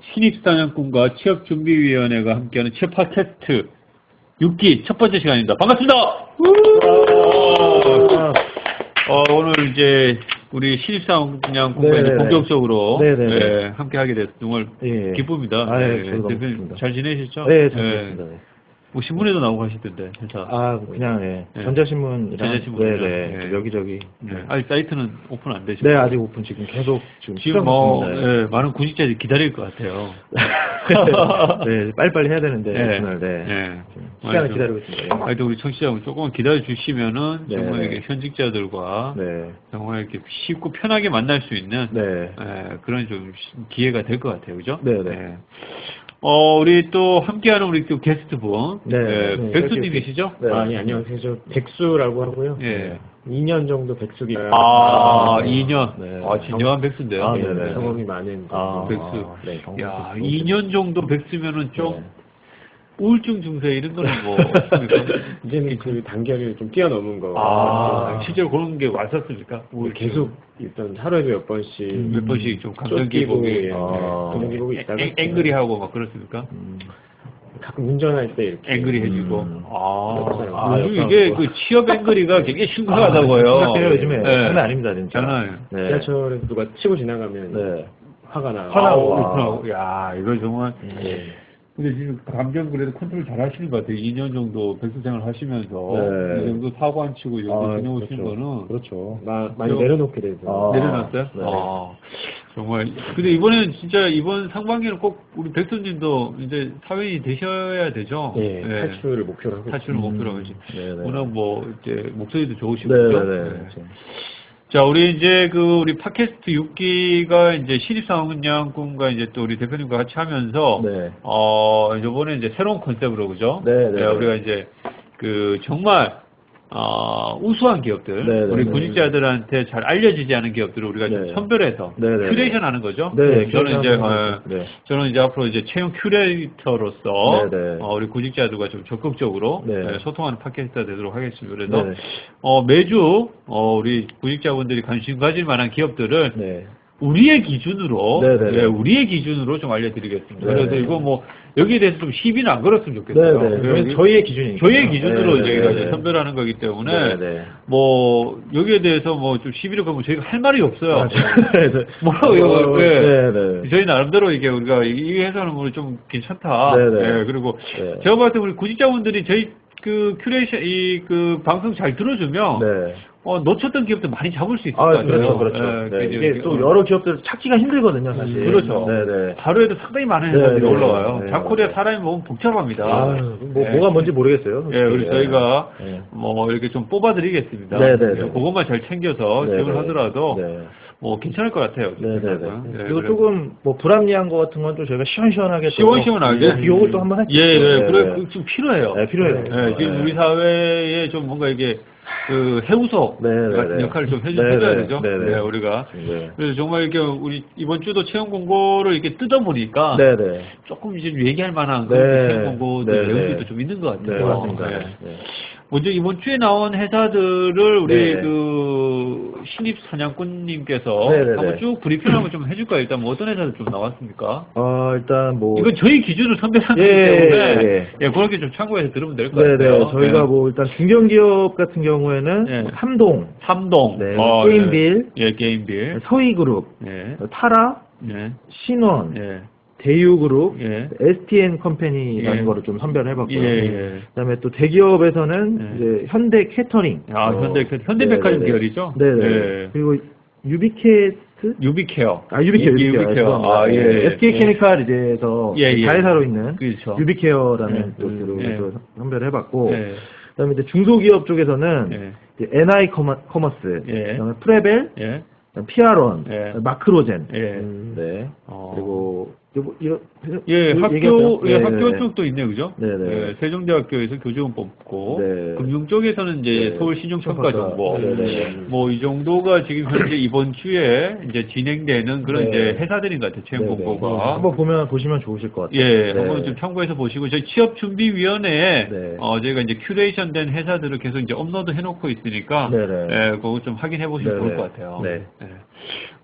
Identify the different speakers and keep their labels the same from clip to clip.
Speaker 1: 신입사냥꾼과 취업준비위원회가 함께하는 취업 팟캐스트 6기 첫 번째 시간입니다. 반갑습니다. 와. 어, 오늘 이제 우리 신입사냥꾼과 이제
Speaker 2: 네네네.
Speaker 1: 본격적으로
Speaker 2: 네네네.
Speaker 1: 예, 함께하게 돼서 정말
Speaker 2: 예.
Speaker 1: 기쁩니다.
Speaker 2: 아, 예,
Speaker 1: 예,
Speaker 2: 저도
Speaker 1: 대표님
Speaker 2: 반갑습니다.
Speaker 1: 잘 지내셨죠?
Speaker 2: 네, 잘
Speaker 1: 예.
Speaker 2: 지냈습니다. 네.
Speaker 1: 뭐 신문에도 나오고 하시던데 회사.
Speaker 2: 아, 그냥 예.
Speaker 1: 네.
Speaker 2: 전자신문이랑
Speaker 1: 전자신문이랑,
Speaker 2: 네, 네.
Speaker 1: 네.
Speaker 2: 여기저기.
Speaker 1: 예,
Speaker 2: 네.
Speaker 1: 아직 사이트는 오픈 안 되시고.
Speaker 2: 네, 아직 오픈 지금 계속 지금
Speaker 1: 지금
Speaker 2: 시작
Speaker 1: 뭐
Speaker 2: 중입니다.
Speaker 1: 예, 많은 군식자들이 기다릴 것 같아요.
Speaker 2: 네, 빨리빨리 해야 되는데
Speaker 1: 예,
Speaker 2: 오픈을 네.
Speaker 1: 예.
Speaker 2: 지금 시간을
Speaker 1: 아니,
Speaker 2: 기다리고 있습니다. 예.
Speaker 1: 하여튼 우리 청취자분 조금만 기다려 주시면은
Speaker 2: 네.
Speaker 1: 정말 이게 현직자들과
Speaker 2: 네.
Speaker 1: 정말 이렇게 쉽고 편하게 만날 수 있는
Speaker 2: 네.
Speaker 1: 예, 그런 좀 시- 기회가 될 것 같아요, 그죠?
Speaker 2: 네, 네.
Speaker 1: 예. 어, 우리 또 함께하는 우리 또 게스트 분,
Speaker 2: 네,
Speaker 1: 예,
Speaker 2: 네,
Speaker 1: 백수님이시죠?
Speaker 2: 네.
Speaker 3: 아, 예, 안녕하세요. 저 백수라고 하고요.
Speaker 1: 예.
Speaker 3: 2년 정도 백수기간.
Speaker 1: 아,
Speaker 2: 네.
Speaker 1: 2년.
Speaker 2: 네.
Speaker 1: 아, 진정한 백수인데요.
Speaker 2: 아,
Speaker 3: 예,
Speaker 2: 네네.
Speaker 1: 예.
Speaker 3: 경험이 많은.
Speaker 2: 아,
Speaker 1: 백수.
Speaker 3: 네, 경험.
Speaker 1: 야, 2년 정도 백수면은 좀
Speaker 2: 네.
Speaker 1: 우울증 증세 이런 거는 뭐 없습니까?
Speaker 3: 이제는 그 단계를 좀 뛰어넘은 거.
Speaker 1: 아, 실제로 그런 게 왔었습니까?
Speaker 2: 네.
Speaker 3: 뭐 계속 일단 하루에도 몇 번씩
Speaker 1: 몇 번씩 좀 감정 기복이
Speaker 3: 쫓기고,
Speaker 2: 음. 아.
Speaker 3: 감정 기복이 있다가
Speaker 1: 앵- 앵그리하고 막 그렇습니까?
Speaker 2: 음,
Speaker 3: 가끔 운전할 때 이렇게
Speaker 1: 앵그리해지고.
Speaker 2: 음.
Speaker 1: 아,
Speaker 3: 그렇죠.
Speaker 1: 아, 요즘
Speaker 2: 역사하는
Speaker 1: 이게
Speaker 2: 거.
Speaker 1: 그 취업 앵그리가 굉장히 심각하다고요.
Speaker 2: 아, 심각해요, 요즘에.
Speaker 1: 아, 네.
Speaker 2: 장난 아닙니다, 진짜.
Speaker 1: 장난
Speaker 2: 네.
Speaker 3: 지하철에서 누가 치고 지나가면
Speaker 2: 네.
Speaker 3: 화가 나요.
Speaker 1: 아, 화나고
Speaker 2: 와.
Speaker 1: 그렇구나. 야, 이거 정말.
Speaker 2: 음.
Speaker 3: 예.
Speaker 1: 근데 지금 감정 그래도 컨트롤 잘 하시는 것 같아요. 2년 정도 백수 생활 하시면서
Speaker 2: 네.
Speaker 1: 이 정도 사고 안 치고 이 정도 지내오신 거는
Speaker 2: 아, 그렇죠.
Speaker 3: 마- 많이
Speaker 1: 요-
Speaker 3: 내려놓게 돼서.
Speaker 2: 아.
Speaker 1: 내려놨어요?
Speaker 2: 네.
Speaker 1: 아, 정말. 근데 이번에는 진짜 이번 상반기는 꼭 우리 백수님도 이제 사회인이 되셔야 되죠?
Speaker 3: 예,
Speaker 1: 예.
Speaker 3: 탈출을 목표로 하고
Speaker 1: 탈출을 목표로 하지.
Speaker 2: 음. 네네.
Speaker 1: 워낙 뭐, 이제 목소리도 좋으시고. 그죠?
Speaker 2: 네네네.
Speaker 1: 예. 자, 우리 이제 그 우리 팟캐스트 6기가 이제 신입사원군과 이제 또 우리 대표님과 같이 하면서
Speaker 2: 네.
Speaker 1: 어, 요번에 이제 새로운 컨셉으로, 그죠?
Speaker 2: 네, 네.
Speaker 1: 예, 우리가 이제, 그, 정말, 어, 우수한 기업들,
Speaker 2: 네, 네,
Speaker 1: 우리
Speaker 2: 네.
Speaker 1: 군직자들한테 잘 알려지지 않은 기업들을 우리가 좀
Speaker 2: 네.
Speaker 1: 선별해서
Speaker 2: 네, 네,
Speaker 1: 큐레이션 하는 거죠?
Speaker 2: 네,
Speaker 1: 저는 이제, 어,
Speaker 2: 큐레이션. 네.
Speaker 1: 저는 이제 앞으로 이제 채용 큐레이터로서,
Speaker 2: 네, 네.
Speaker 1: 어, 우리 군직자들과 좀 적극적으로
Speaker 2: 네.
Speaker 1: 예, 소통하는 팟캐스트가 되도록 하겠습니다. 그래서,
Speaker 2: 네.
Speaker 1: 어, 매주, 어, 우리 군직자분들이 관심 가질 만한 기업들을
Speaker 2: 네.
Speaker 1: 우리의 기준으로
Speaker 2: 네네네.
Speaker 1: 예, 우리의 기준으로 좀 알려드리겠습니다.
Speaker 2: 네네.
Speaker 1: 그래서 이거 뭐 여기에 대해서 좀 시비는 안 걸었으면 좋겠어요.
Speaker 2: 네네.
Speaker 1: 예,
Speaker 2: 그건 저희의 기준이니까.
Speaker 1: 저희의 기준으로
Speaker 2: 네네네.
Speaker 1: 저희가 이제 선별하는 거기 때문에
Speaker 2: 네네.
Speaker 1: 뭐 여기에 대해서 뭐 좀 시비를 걸면 저희가 할 말이 없어요. 뭐라고
Speaker 2: 어,
Speaker 1: 이거 예.
Speaker 2: 네네.
Speaker 1: 저희 나름대로 이게 우리가 이 회사는 오늘 좀 괜찮다.
Speaker 2: 네네.
Speaker 1: 예, 그리고
Speaker 2: 네.
Speaker 1: 제가 봤을 때 우리 구직자분들이 저희 그 큐레이션 이 그 방송 잘 들어주면
Speaker 2: 네.
Speaker 1: 어, 놓쳤던 기업도 많이 잡을 수 있을 것
Speaker 2: 아,
Speaker 1: 같아요.
Speaker 2: 그렇죠, 그렇죠.
Speaker 1: 예,
Speaker 2: 네,
Speaker 1: 이제
Speaker 2: 이게
Speaker 1: 이렇게
Speaker 2: 또 여러 기업들 찾기가 힘들거든요, 사실.
Speaker 1: 음, 그렇죠.
Speaker 2: 네네.
Speaker 1: 하루에도 상당히 많은 회사들이
Speaker 2: 네, 네,
Speaker 1: 올라와요.
Speaker 2: 네,
Speaker 1: 장코리아
Speaker 2: 네.
Speaker 1: 사람이 보면 복잡합니다.
Speaker 2: 아유, 뭐,
Speaker 1: 예.
Speaker 2: 뭐가 뭔지 모르겠어요.
Speaker 1: 예, 우리 저희가
Speaker 2: 네.
Speaker 1: 뭐 이렇게 좀 뽑아드리겠습니다.
Speaker 2: 네, 네, 네.
Speaker 1: 예, 그것만 잘 챙겨서
Speaker 2: 네,
Speaker 1: 지원을
Speaker 2: 네.
Speaker 1: 어, 하더라도
Speaker 2: 네.
Speaker 1: 뭐 괜찮을 것 같아요. 제
Speaker 2: 네네네.
Speaker 1: 생각은. 예,
Speaker 2: 그리고
Speaker 1: 그래서
Speaker 2: 조금 뭐 불합리한 거 같은 건 또 저희가 시원시원하게 또 네,
Speaker 1: 시원시원하게.
Speaker 2: 비용을 또 한번
Speaker 1: 예,
Speaker 2: 할게요.
Speaker 1: 예, 그래 그좀 필요해요.
Speaker 2: 네, 필요해요.
Speaker 1: 예, 지금 우리 사회에 좀 뭔가 이게 그 해우소
Speaker 2: 네, 네,
Speaker 1: 같은
Speaker 2: 네.
Speaker 1: 역할을 좀 해주-
Speaker 2: 네,
Speaker 1: 해줘야
Speaker 2: 네,
Speaker 1: 되죠.
Speaker 2: 네, 네.
Speaker 1: 예, 우리가
Speaker 2: 네.
Speaker 1: 그래서 정말 이렇게 우리 이번 주도 채용 공고를 이렇게 뜯어 보니까
Speaker 2: 네, 네.
Speaker 1: 조금 이제 얘기할 만한
Speaker 2: 네.
Speaker 1: 그런 채용 공고도
Speaker 2: 네,
Speaker 1: 내용들도
Speaker 2: 네.
Speaker 1: 좀 있는 것 같아요.
Speaker 2: 네, 맞습니다.
Speaker 1: 예.
Speaker 2: 네.
Speaker 1: 먼저 이번 주에 나온 회사들을 우리
Speaker 2: 네.
Speaker 1: 그 신입 사냥꾼님께서
Speaker 2: 네, 네, 네.
Speaker 1: 한번 쭉 브리핑 한번 좀 해줄까요? 일단 뭐 어떤 회사들 좀 나왔습니까?
Speaker 2: 어, 일단 뭐.
Speaker 1: 이건 저희 기준으로 선별한 거기
Speaker 2: 예,
Speaker 1: 때문에
Speaker 2: 예,
Speaker 1: 예, 그렇게 좀 참고해서 들으면 될 것
Speaker 2: 네네.
Speaker 1: 같아요.
Speaker 2: 저희가
Speaker 1: 예.
Speaker 2: 뭐 일단 중견기업 같은 경우에는
Speaker 1: 예.
Speaker 2: 뭐 삼동,
Speaker 1: 삼동,
Speaker 2: 네,
Speaker 1: 어,
Speaker 2: 게임빌.
Speaker 1: 예, 예, 게임빌,
Speaker 2: 서희그룹,
Speaker 1: 예,
Speaker 2: 타라,
Speaker 1: 예,
Speaker 2: 신원,
Speaker 1: 예,
Speaker 2: 대유그룹,
Speaker 1: 예.
Speaker 2: STN 컴퍼니라는
Speaker 1: 예.
Speaker 2: 거를 좀 선별해봤고요.
Speaker 1: 예, 예.
Speaker 2: 그다음에 또 대기업에서는
Speaker 1: 예.
Speaker 2: 이제 현대 캐터링,
Speaker 1: 아,
Speaker 2: 어,
Speaker 1: 현대 현대백화점
Speaker 2: 네네네.
Speaker 1: 계열이죠?
Speaker 2: 네네.
Speaker 1: 예.
Speaker 2: 그리고 유비캐스트,
Speaker 1: 유비케어,
Speaker 2: 아
Speaker 1: 유-
Speaker 2: 유비케어, 유비케어,
Speaker 1: 유비케어,
Speaker 2: 죄송합니다. 네,
Speaker 1: 아, 예, 예.
Speaker 2: SK 케미칼 이제에서
Speaker 1: 예, 예.
Speaker 2: 자회사로 있는
Speaker 1: 그렇죠.
Speaker 2: 유비케어라는
Speaker 1: 예.
Speaker 2: 또 그룹을
Speaker 1: 예.
Speaker 2: 또 선별해봤고.
Speaker 1: 예,
Speaker 2: 그다음에 이제 중소기업 쪽에서는
Speaker 1: 예.
Speaker 2: 이제 NI 커머, 커머스,
Speaker 1: 예.
Speaker 2: 그다음에 프레벨,
Speaker 1: 예,
Speaker 2: 그다음에 피아론,
Speaker 1: 예.
Speaker 2: 마크로젠,
Speaker 1: 예.
Speaker 2: 음, 네.
Speaker 1: 어.
Speaker 2: 그리고 요거 이거
Speaker 1: 예,
Speaker 2: 이거
Speaker 1: 학교,
Speaker 2: 얘기할까요?
Speaker 1: 예,
Speaker 2: 네,
Speaker 1: 학교
Speaker 2: 네.
Speaker 1: 쪽도 있네요, 그죠?
Speaker 2: 네네.
Speaker 1: 예, 세종대학교에서 교직원 뽑고,
Speaker 2: 네.
Speaker 1: 금융 쪽에서는 이제
Speaker 2: 네.
Speaker 1: 서울 신용평가정보,
Speaker 2: 네네.
Speaker 1: 뭐 이 정도가 지금 현재 이번 주에 이제 진행되는 그런
Speaker 2: 네.
Speaker 1: 이제 회사들인 것 같아요, 채용
Speaker 2: 네네.
Speaker 1: 공고가.
Speaker 2: 한번 보면 보시면 좋으실 것 같아요.
Speaker 1: 예,
Speaker 2: 네.
Speaker 1: 한번 좀 참고해서 보시고 저희 취업 준비 위원회에
Speaker 2: 네.
Speaker 1: 어 저희가 이제 큐레이션 된 회사들을 계속 이제 업로드 해 놓고 있으니까
Speaker 2: 네네.
Speaker 1: 예, 그거 좀 확인해 보시면 좋을
Speaker 2: 네네.
Speaker 1: 것 같아요.
Speaker 2: 네.
Speaker 1: 예.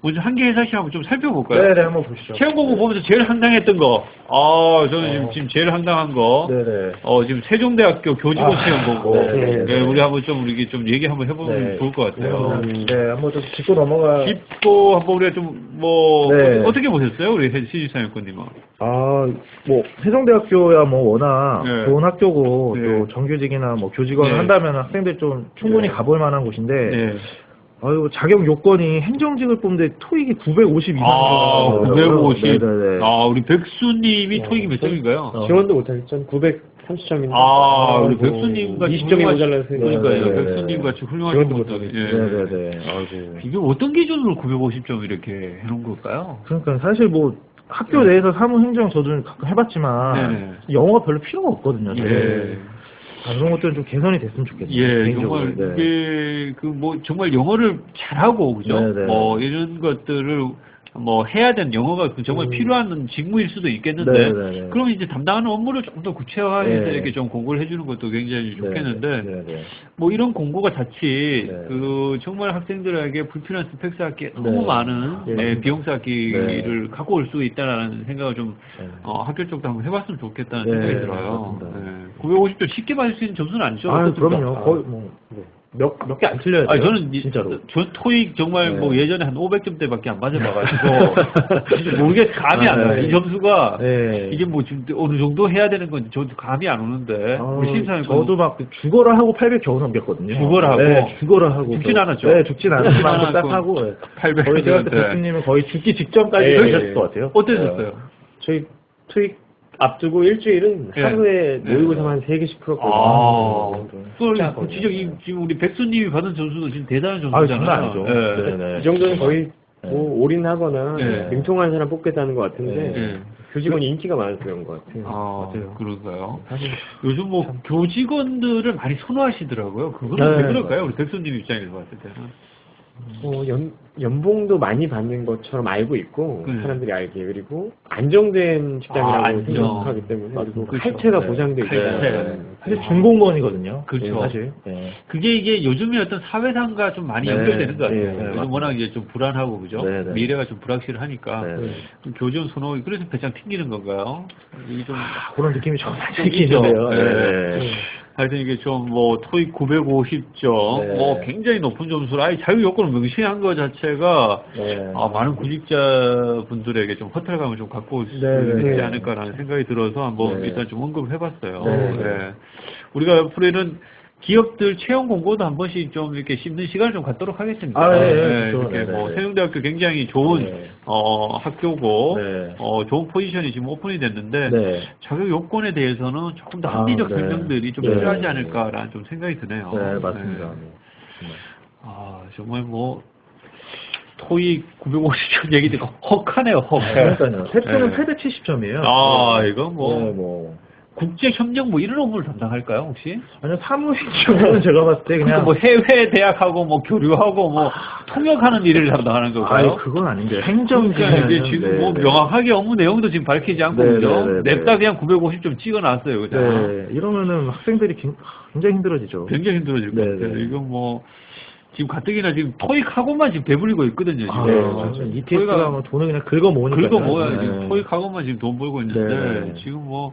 Speaker 1: 먼저 한 개 회사 시험을 좀 살펴볼까요?
Speaker 2: 네네 한번 보시죠.
Speaker 1: 채용 공고 보면서 제일 황당했던 거. 아, 저는 지금,
Speaker 2: 어.
Speaker 1: 지금 제일 황당한 거.
Speaker 2: 네네.
Speaker 1: 어, 지금 세종대학교 교직원
Speaker 2: 아,
Speaker 1: 채용 공고.
Speaker 2: 네, 네,
Speaker 1: 네,
Speaker 2: 네.
Speaker 1: 우리 한번 좀, 우리 이게 좀 얘기 한번 해보면
Speaker 2: 네.
Speaker 1: 좋을 것 같아요.
Speaker 2: 음, 네 한번 좀 짚고 넘어가.
Speaker 1: 깊고 한번 우리가 좀, 뭐,
Speaker 2: 네.
Speaker 1: 어떻게 보셨어요? 우리 신입사역군님은.
Speaker 2: 아뭐 세종대학교야 뭐 워낙
Speaker 1: 네.
Speaker 2: 좋은 학교고
Speaker 1: 네.
Speaker 2: 또 정규직이나 뭐 교직원을
Speaker 1: 네.
Speaker 2: 한다면 학생들 좀 충분히
Speaker 3: 네.
Speaker 2: 가볼 만한 곳인데.
Speaker 1: 네.
Speaker 2: 아유, 자격 요건이 행정직을 뽑는데 토익이 950 이상이
Speaker 1: 아,
Speaker 2: 나오더라고요.
Speaker 1: 950.
Speaker 2: 네네네.
Speaker 1: 아, 우리 백수님이 토익이 몇
Speaker 3: 저-
Speaker 1: 점인가요?
Speaker 2: 어.
Speaker 3: 지원도 못하겠죠. 930점인데.
Speaker 1: 아, 우리 백수님과
Speaker 3: 어, 20점이 모자라서.
Speaker 1: 그러니까요.
Speaker 2: 네, 네, 네.
Speaker 1: 백수님과 같이 훌륭하신
Speaker 3: 지원도
Speaker 1: 분들.
Speaker 3: 못하겠죠.
Speaker 1: 예.
Speaker 2: 네네네. 아이고.
Speaker 1: 이게 어떤 기준으로 950점 이렇게 해놓은 걸까요?
Speaker 2: 그러니까 사실 뭐 학교 내에서 사무행정 저도 가끔 해봤지만
Speaker 1: 네네.
Speaker 2: 영어가 별로 필요가 없거든요. 사실.
Speaker 1: 예.
Speaker 2: 아, 그런 것들은 좀 개선이 됐으면 좋겠네요.
Speaker 1: 예,
Speaker 2: 개인적으로.
Speaker 1: 정말
Speaker 2: 네.
Speaker 1: 이게 그 뭐 정말 영어를 잘하고 그죠?
Speaker 2: 네, 네.
Speaker 1: 뭐 이런 것들을 뭐 해야 되는 영어가 그 정말
Speaker 3: 음.
Speaker 1: 필요한 직무일 수도 있겠는데
Speaker 2: 네, 네, 네.
Speaker 1: 그럼 이제 담당하는 업무를 좀 더 구체화해서
Speaker 2: 네.
Speaker 1: 이렇게 좀 공부를 해주는 것도 굉장히 좋겠는데
Speaker 2: 네네.
Speaker 1: 뭐 이런 공고가 자칫
Speaker 2: 네.
Speaker 1: 그 정말 학생들에게 불필요한 스펙 쌓기에 너무
Speaker 2: 네.
Speaker 1: 많은
Speaker 2: 예. 네.
Speaker 1: 네, 비용 쌓기를 갖고 올 수 있다라는 생각을 좀 어, 학교 쪽도 한번 해봤으면 좋겠다는
Speaker 2: 네,
Speaker 1: 생각이 들어요.
Speaker 2: 맞습니다.
Speaker 1: 네. 950점 쉽게 받을 수 있는 점수는 아니죠?
Speaker 2: 아,
Speaker 1: 어떻습니까?
Speaker 2: 그럼요.
Speaker 3: 아.
Speaker 2: 거의 뭐 몇 몇 개 안 틀려야 돼요.
Speaker 1: 아니, 저는 이-
Speaker 2: 진짜로.
Speaker 1: 저 토익 정말
Speaker 2: 네.
Speaker 1: 뭐 예전에 한 500점대밖에 안 맞아봐가지고 사실 모르게 감이 안
Speaker 2: 아,
Speaker 1: 나요.
Speaker 2: 네.
Speaker 1: 이 점수가
Speaker 2: 네.
Speaker 1: 이게 뭐 지금 어느 정도 해야 되는 건지 저도 감이 안 오는데
Speaker 2: 아,
Speaker 1: 네? 우리 심사위원
Speaker 2: 저도 막그 죽어라 하고 800 겨우 넘겼거든요.
Speaker 1: 죽어라 하고?
Speaker 2: 네, 죽어라 하고.
Speaker 1: 죽진
Speaker 2: 저-
Speaker 1: 않았죠?
Speaker 2: 네, 죽진
Speaker 1: 죽진
Speaker 2: 않았지만 딱
Speaker 1: 않았고.
Speaker 2: 하고. 예.
Speaker 1: 800.
Speaker 2: 거의 제가 그때
Speaker 1: 네.
Speaker 2: 교수님은 거의 죽기 직전까지
Speaker 3: 예,
Speaker 2: 계셨을
Speaker 3: 예.
Speaker 2: 것 같아요.
Speaker 1: 어땠었어요?
Speaker 3: 저희 토익 앞두고 일주일은
Speaker 1: 예.
Speaker 3: 하루에
Speaker 1: 네.
Speaker 3: 모의고사만 세 3개씩 풀었거든요.
Speaker 1: 아,
Speaker 3: 음.
Speaker 1: 그걸 진짜 이, 지금 우리 백수님이 받은 점수도 지금 대단한
Speaker 2: 아,
Speaker 1: 점수잖아요.
Speaker 2: 장난 아니죠.
Speaker 1: 예.
Speaker 2: 네네.
Speaker 3: 이그 정도는 거의
Speaker 2: 네.
Speaker 3: 뭐 올인하거나
Speaker 1: 네.
Speaker 3: 능통한 사람 뽑겠다는 것 같은데
Speaker 2: 네.
Speaker 1: 예.
Speaker 3: 교직원이 인기가 많아서 그런 것 같아요.
Speaker 1: 아,
Speaker 2: 맞아요.
Speaker 1: 그럴까요?
Speaker 3: 사실
Speaker 1: 요즘 뭐 교직원들을 많이 선호하시더라고요. 그건
Speaker 2: 네,
Speaker 1: 왜 그럴까요? 우리 백수님 입장에서 봤을 때는.
Speaker 3: 뭐 연, 연봉도 많이 받는 것처럼 알고 있고
Speaker 1: 네.
Speaker 3: 사람들이 알게 그리고 안정된
Speaker 1: 아,
Speaker 3: 직장이라고
Speaker 1: 안정.
Speaker 3: 생각하기 때문에 그리고
Speaker 1: 그렇죠.
Speaker 3: 칼퇴가
Speaker 2: 네.
Speaker 3: 보장돼 네. 있다.
Speaker 1: 칼퇴.
Speaker 2: 사실 중공무원이거든요.
Speaker 1: 네. 그렇죠.
Speaker 2: 예, 사실. 네.
Speaker 1: 그게 이게 요즘에 어떤 사회상과 좀 많이
Speaker 2: 네,
Speaker 1: 연결되는 것 같아요.
Speaker 2: 네, 네,
Speaker 1: 요즘
Speaker 2: 맞습니다.
Speaker 1: 워낙 이제 좀 불안하고 그죠?
Speaker 2: 네, 네.
Speaker 1: 미래가 좀 불확실하니까
Speaker 2: 네. 네.
Speaker 1: 교직원 선호 그래서 배짱 튕기는 건가요? 이게 좀
Speaker 2: 아, 그런 느낌이 좀
Speaker 1: 좀
Speaker 2: 살짝 있긴
Speaker 1: 있죠.
Speaker 2: 한데요.
Speaker 1: 네.
Speaker 2: 네.
Speaker 1: 하여튼 이게 좀 뭐 토익 950점,
Speaker 2: 네.
Speaker 1: 뭐 굉장히 높은 점수를 아예 자유 요건을 명시한 것 자체가
Speaker 2: 네.
Speaker 1: 아, 많은 구직자 분들에게 좀 허탈감을 좀 갖고 올 수
Speaker 2: 네, 네,
Speaker 1: 있지
Speaker 2: 네.
Speaker 1: 않을까라는 생각이 들어서 한번
Speaker 2: 네.
Speaker 1: 일단 좀 언급을 해봤어요.
Speaker 2: 네, 네.
Speaker 1: 예. 우리가 앞으로 이런 기업들 채용 공고도 한 번씩 좀 이렇게 씹는 시간을 좀 갖도록 하겠습니다.
Speaker 2: 아, 네, 네,
Speaker 1: 예,
Speaker 2: 그렇죠.
Speaker 1: 이렇게
Speaker 2: 네,
Speaker 1: 뭐
Speaker 2: 네.
Speaker 1: 세종대학교 굉장히 좋은
Speaker 2: 네.
Speaker 1: 어, 학교고
Speaker 2: 네.
Speaker 1: 어, 좋은 포지션이 지금 오픈이 됐는데
Speaker 2: 네.
Speaker 1: 자격 요건에 대해서는 조금 더
Speaker 2: 아,
Speaker 1: 합리적
Speaker 2: 네.
Speaker 1: 설명들이 좀
Speaker 2: 네.
Speaker 1: 필요하지 않을까라는 좀 생각이 아, 드네요.
Speaker 2: 네, 맞습니다.
Speaker 1: 예. 아, 정말 뭐, 토익 950점 얘기 듣고 헉하네요, 헉.
Speaker 2: 그러니까요. 세트는
Speaker 1: 네.
Speaker 2: 870점이에요.
Speaker 1: 아, 이거 뭐,
Speaker 2: 네, 뭐.
Speaker 1: 국제협력 뭐 이런 업무를 담당할까요, 혹시?
Speaker 2: 아니요, 사무실적으로는 제가 봤을 때
Speaker 1: 그러니까
Speaker 2: 그냥.
Speaker 1: 뭐 해외 대학하고 뭐 교류하고 뭐 통역하는 일을 담당하는
Speaker 2: 아니,
Speaker 1: 거고요.
Speaker 2: 그건 아닌데.
Speaker 1: 그러니까 이게
Speaker 2: 행정직이면.
Speaker 1: 지금 뭐 명확하게 업무 내용도 지금 밝히지 않고
Speaker 2: 네,
Speaker 1: 그죠?
Speaker 2: 네, 네, 네.
Speaker 1: 냅다 그냥 950점 찍어놨어요, 그죠?
Speaker 2: 네, 이러면은 학생들이 굉- 굉장히 힘들어지죠.
Speaker 1: 굉장히 힘들어질 것
Speaker 2: 네,
Speaker 1: 같아요.
Speaker 2: 네.
Speaker 1: 이건 뭐 지금 가뜩이나 지금 토익하고만 지금 배불리고 있거든요. 지금.
Speaker 2: 아, 네, 맞아요. ETS가 뭐 돈을 그냥 긁어 네. 모으니까.
Speaker 1: 긁어 모아야 지금 토익하고만 지금 돈 벌고 있는데
Speaker 2: 네.
Speaker 1: 지금 뭐.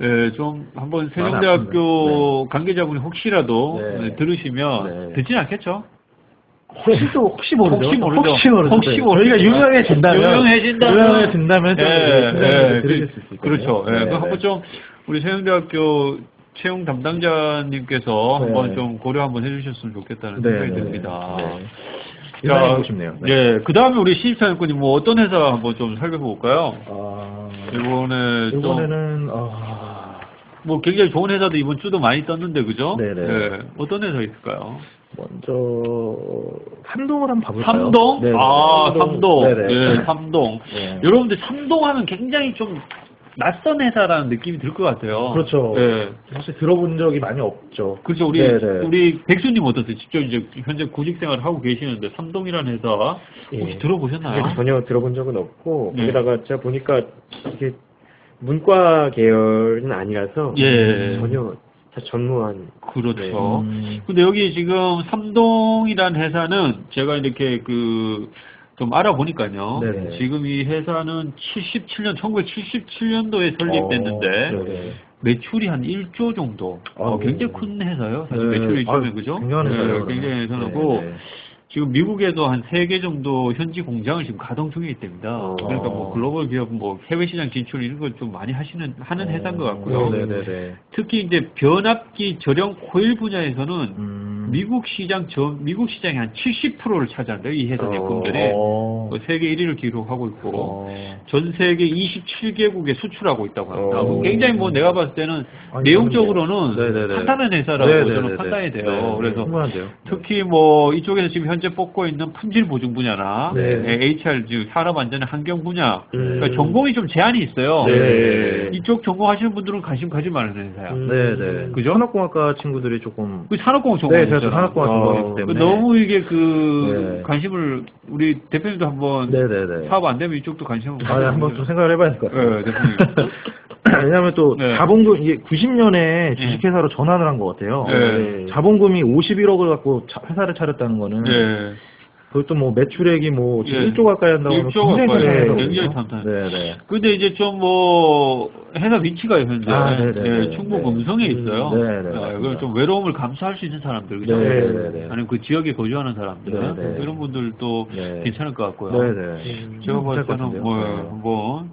Speaker 1: 예, 좀 한번 세종대학교 관계자분이 혹시라도
Speaker 2: 네.
Speaker 1: 네, 들으시면
Speaker 2: 네.
Speaker 1: 듣진 않겠죠?
Speaker 2: 혹시도 혹시 모르죠.
Speaker 1: 혹시 모르죠.
Speaker 2: 혹시 모르죠. 네.
Speaker 1: 혹시 모르죠.
Speaker 2: 저희가 유명해진다면
Speaker 1: 유명해진다면. 예,
Speaker 2: 유명해진다면 좀 네, 생각을 드릴 수 있을 거예요.
Speaker 1: 그렇죠. 예,
Speaker 2: 네,
Speaker 1: 그
Speaker 2: 네.
Speaker 1: 한번 좀 우리 세종대학교 채용 담당자님께서
Speaker 2: 네.
Speaker 1: 한번 좀 고려 한번 해주셨으면 좋겠다는
Speaker 2: 네,
Speaker 1: 생각이
Speaker 2: 네.
Speaker 1: 듭니다.
Speaker 2: 네.
Speaker 1: 자,
Speaker 2: 인사해 보고 싶네요. 네.
Speaker 1: 예, 그 다음에 우리 신입사원권님 뭐 어떤 회사 한번 좀 살펴볼까요?
Speaker 2: 아,
Speaker 1: 이번에 좀
Speaker 2: 이번에는 아,
Speaker 1: 뭐 굉장히 좋은 회사도 이번 주도 많이 떴는데 그죠?
Speaker 2: 네네.
Speaker 1: 예, 어떤 회사 있을까요?
Speaker 2: 먼저 삼동을 한번 봐볼까요?
Speaker 1: 삼동?
Speaker 2: 네, 네.
Speaker 1: 아, 삼동.
Speaker 2: 네네.
Speaker 1: 예, 삼동.
Speaker 2: 네.
Speaker 1: 여러분들 삼동 하면 굉장히 좀 낯선 회사라는 느낌이 들 것 같아요.
Speaker 2: 그렇죠.
Speaker 1: 예.
Speaker 2: 사실 들어본 적이 많이 없죠.
Speaker 1: 그렇죠. 우리
Speaker 2: 네네.
Speaker 1: 우리 백수님 어떠세요? 직접 이제 현재 구직 생활을 하고 계시는데 삼동이라는 회사 혹시
Speaker 3: 예.
Speaker 1: 들어보셨나요?
Speaker 2: 네.
Speaker 3: 이게 전혀 들어본 적은 없고
Speaker 1: 예.
Speaker 3: 거기다가 제가 보니까 이게 문과 계열은 아니라서
Speaker 1: 예.
Speaker 3: 전혀 다 전무한
Speaker 1: 그렇죠.
Speaker 2: 음,
Speaker 1: 근데 여기 지금 삼동이라는 회사는 제가 이렇게 그 좀 알아보니까요.
Speaker 2: 네네.
Speaker 1: 지금 이 회사는 77년, 1977년도에 설립됐는데
Speaker 2: 네.
Speaker 1: 매출이 한 1조 정도. 어,
Speaker 2: 아이고.
Speaker 1: 굉장히 큰 회사예요. 사실
Speaker 2: 네.
Speaker 1: 매출 1조면
Speaker 2: 아,
Speaker 1: 그죠?
Speaker 2: 굉장한 회사예요,
Speaker 1: 굉장히
Speaker 2: 그러면.
Speaker 1: 회사고
Speaker 2: 네, 네.
Speaker 1: 지금 미국에도 한 3개 정도 현지 공장을 지금 가동 중에 있답니다.
Speaker 3: 어.
Speaker 1: 그러니까 뭐 글로벌 기업, 뭐 해외 시장 진출 이런 걸 좀 많이 하시는 하는 회사인 것 같고요.
Speaker 2: 어, 네, 네, 네.
Speaker 1: 특히 이제 변압기 절연 코일 분야에서는
Speaker 2: 음.
Speaker 1: 미국 시장 전 미국 시장의 한 70%를 차지한다 이 회사 제품들이
Speaker 2: 어.
Speaker 1: 뭐 세계 1위를 기록하고 있고
Speaker 2: 어.
Speaker 1: 전 세계 27개국에 수출하고 있다고 합니다.
Speaker 3: 어.
Speaker 1: 뭐 굉장히 뭐 내가 봤을 때는
Speaker 2: 아니,
Speaker 1: 내용적으로는
Speaker 2: 네네네.
Speaker 1: 탄탄한 회사라고
Speaker 2: 네네네네.
Speaker 1: 저는 판단이 돼요.
Speaker 2: 네,
Speaker 1: 그래서
Speaker 2: 충분한데요.
Speaker 1: 특히 뭐 이쪽에서 지금 현재 뽑고 있는 품질 보증 분야나
Speaker 2: 네.
Speaker 1: 예, HR 즉 산업 안전 환경 분야
Speaker 3: 음.
Speaker 1: 그러니까 전공이 좀 제한이 있어요.
Speaker 3: 네.
Speaker 1: 이쪽 전공하시는 분들은 관심 가지 말는 회사야.
Speaker 3: 음.
Speaker 2: 네네. 그 산업공학과 친구들이 조금
Speaker 1: 그 산업공학 전공
Speaker 2: 네, 제가 또 산업공학
Speaker 3: 어,
Speaker 1: 그
Speaker 2: 전공이기 때문에
Speaker 1: 너무 이게 그
Speaker 2: 네.
Speaker 1: 관심을 우리 대표님도 한번
Speaker 2: 네네네.
Speaker 1: 사업 안 되면 이쪽도 관심 한번
Speaker 2: 아, 한번 좀 생각을 해봐야 될 것 같아요.
Speaker 1: 네, 대표님.
Speaker 2: 왜냐하면 또
Speaker 1: 네.
Speaker 2: 자본금 이게 90년에
Speaker 1: 네.
Speaker 2: 주식회사로 전환을 한 것 같아요.
Speaker 1: 네.
Speaker 2: 자본금이 51억을 갖고 자- 회사를 차렸다는 거는
Speaker 1: 네.
Speaker 2: 그것도 뭐 매출액이 뭐 지금
Speaker 1: 예.
Speaker 2: 1조 가까이 한다고 하면
Speaker 1: 1조
Speaker 2: 굉장히
Speaker 1: 가까이,
Speaker 2: 탄탄해요.
Speaker 1: 굉장히 탄탄해요.
Speaker 2: 네네.
Speaker 1: 근데 이제 좀 뭐 회사 위치가 현재
Speaker 2: 아, 네, 네,
Speaker 1: 예,
Speaker 2: 네.
Speaker 1: 충북
Speaker 2: 네.
Speaker 1: 음성에 있어요.
Speaker 2: 네, 네,
Speaker 1: 예,
Speaker 2: 맞습니다.
Speaker 1: 그럼 좀 외로움을 감수할 수 있는 사람들, 그죠?
Speaker 2: 네, 네, 네.
Speaker 1: 아니면 그 지역에 거주하는 사람들
Speaker 2: 네, 네.
Speaker 1: 이런 분들도
Speaker 2: 네.
Speaker 1: 괜찮을 것 같고요.
Speaker 2: 네네.
Speaker 1: 예, 제가 봤을 때는
Speaker 2: 괜찮을 것
Speaker 1: 뭐
Speaker 2: 같은데요. 네.
Speaker 1: 한번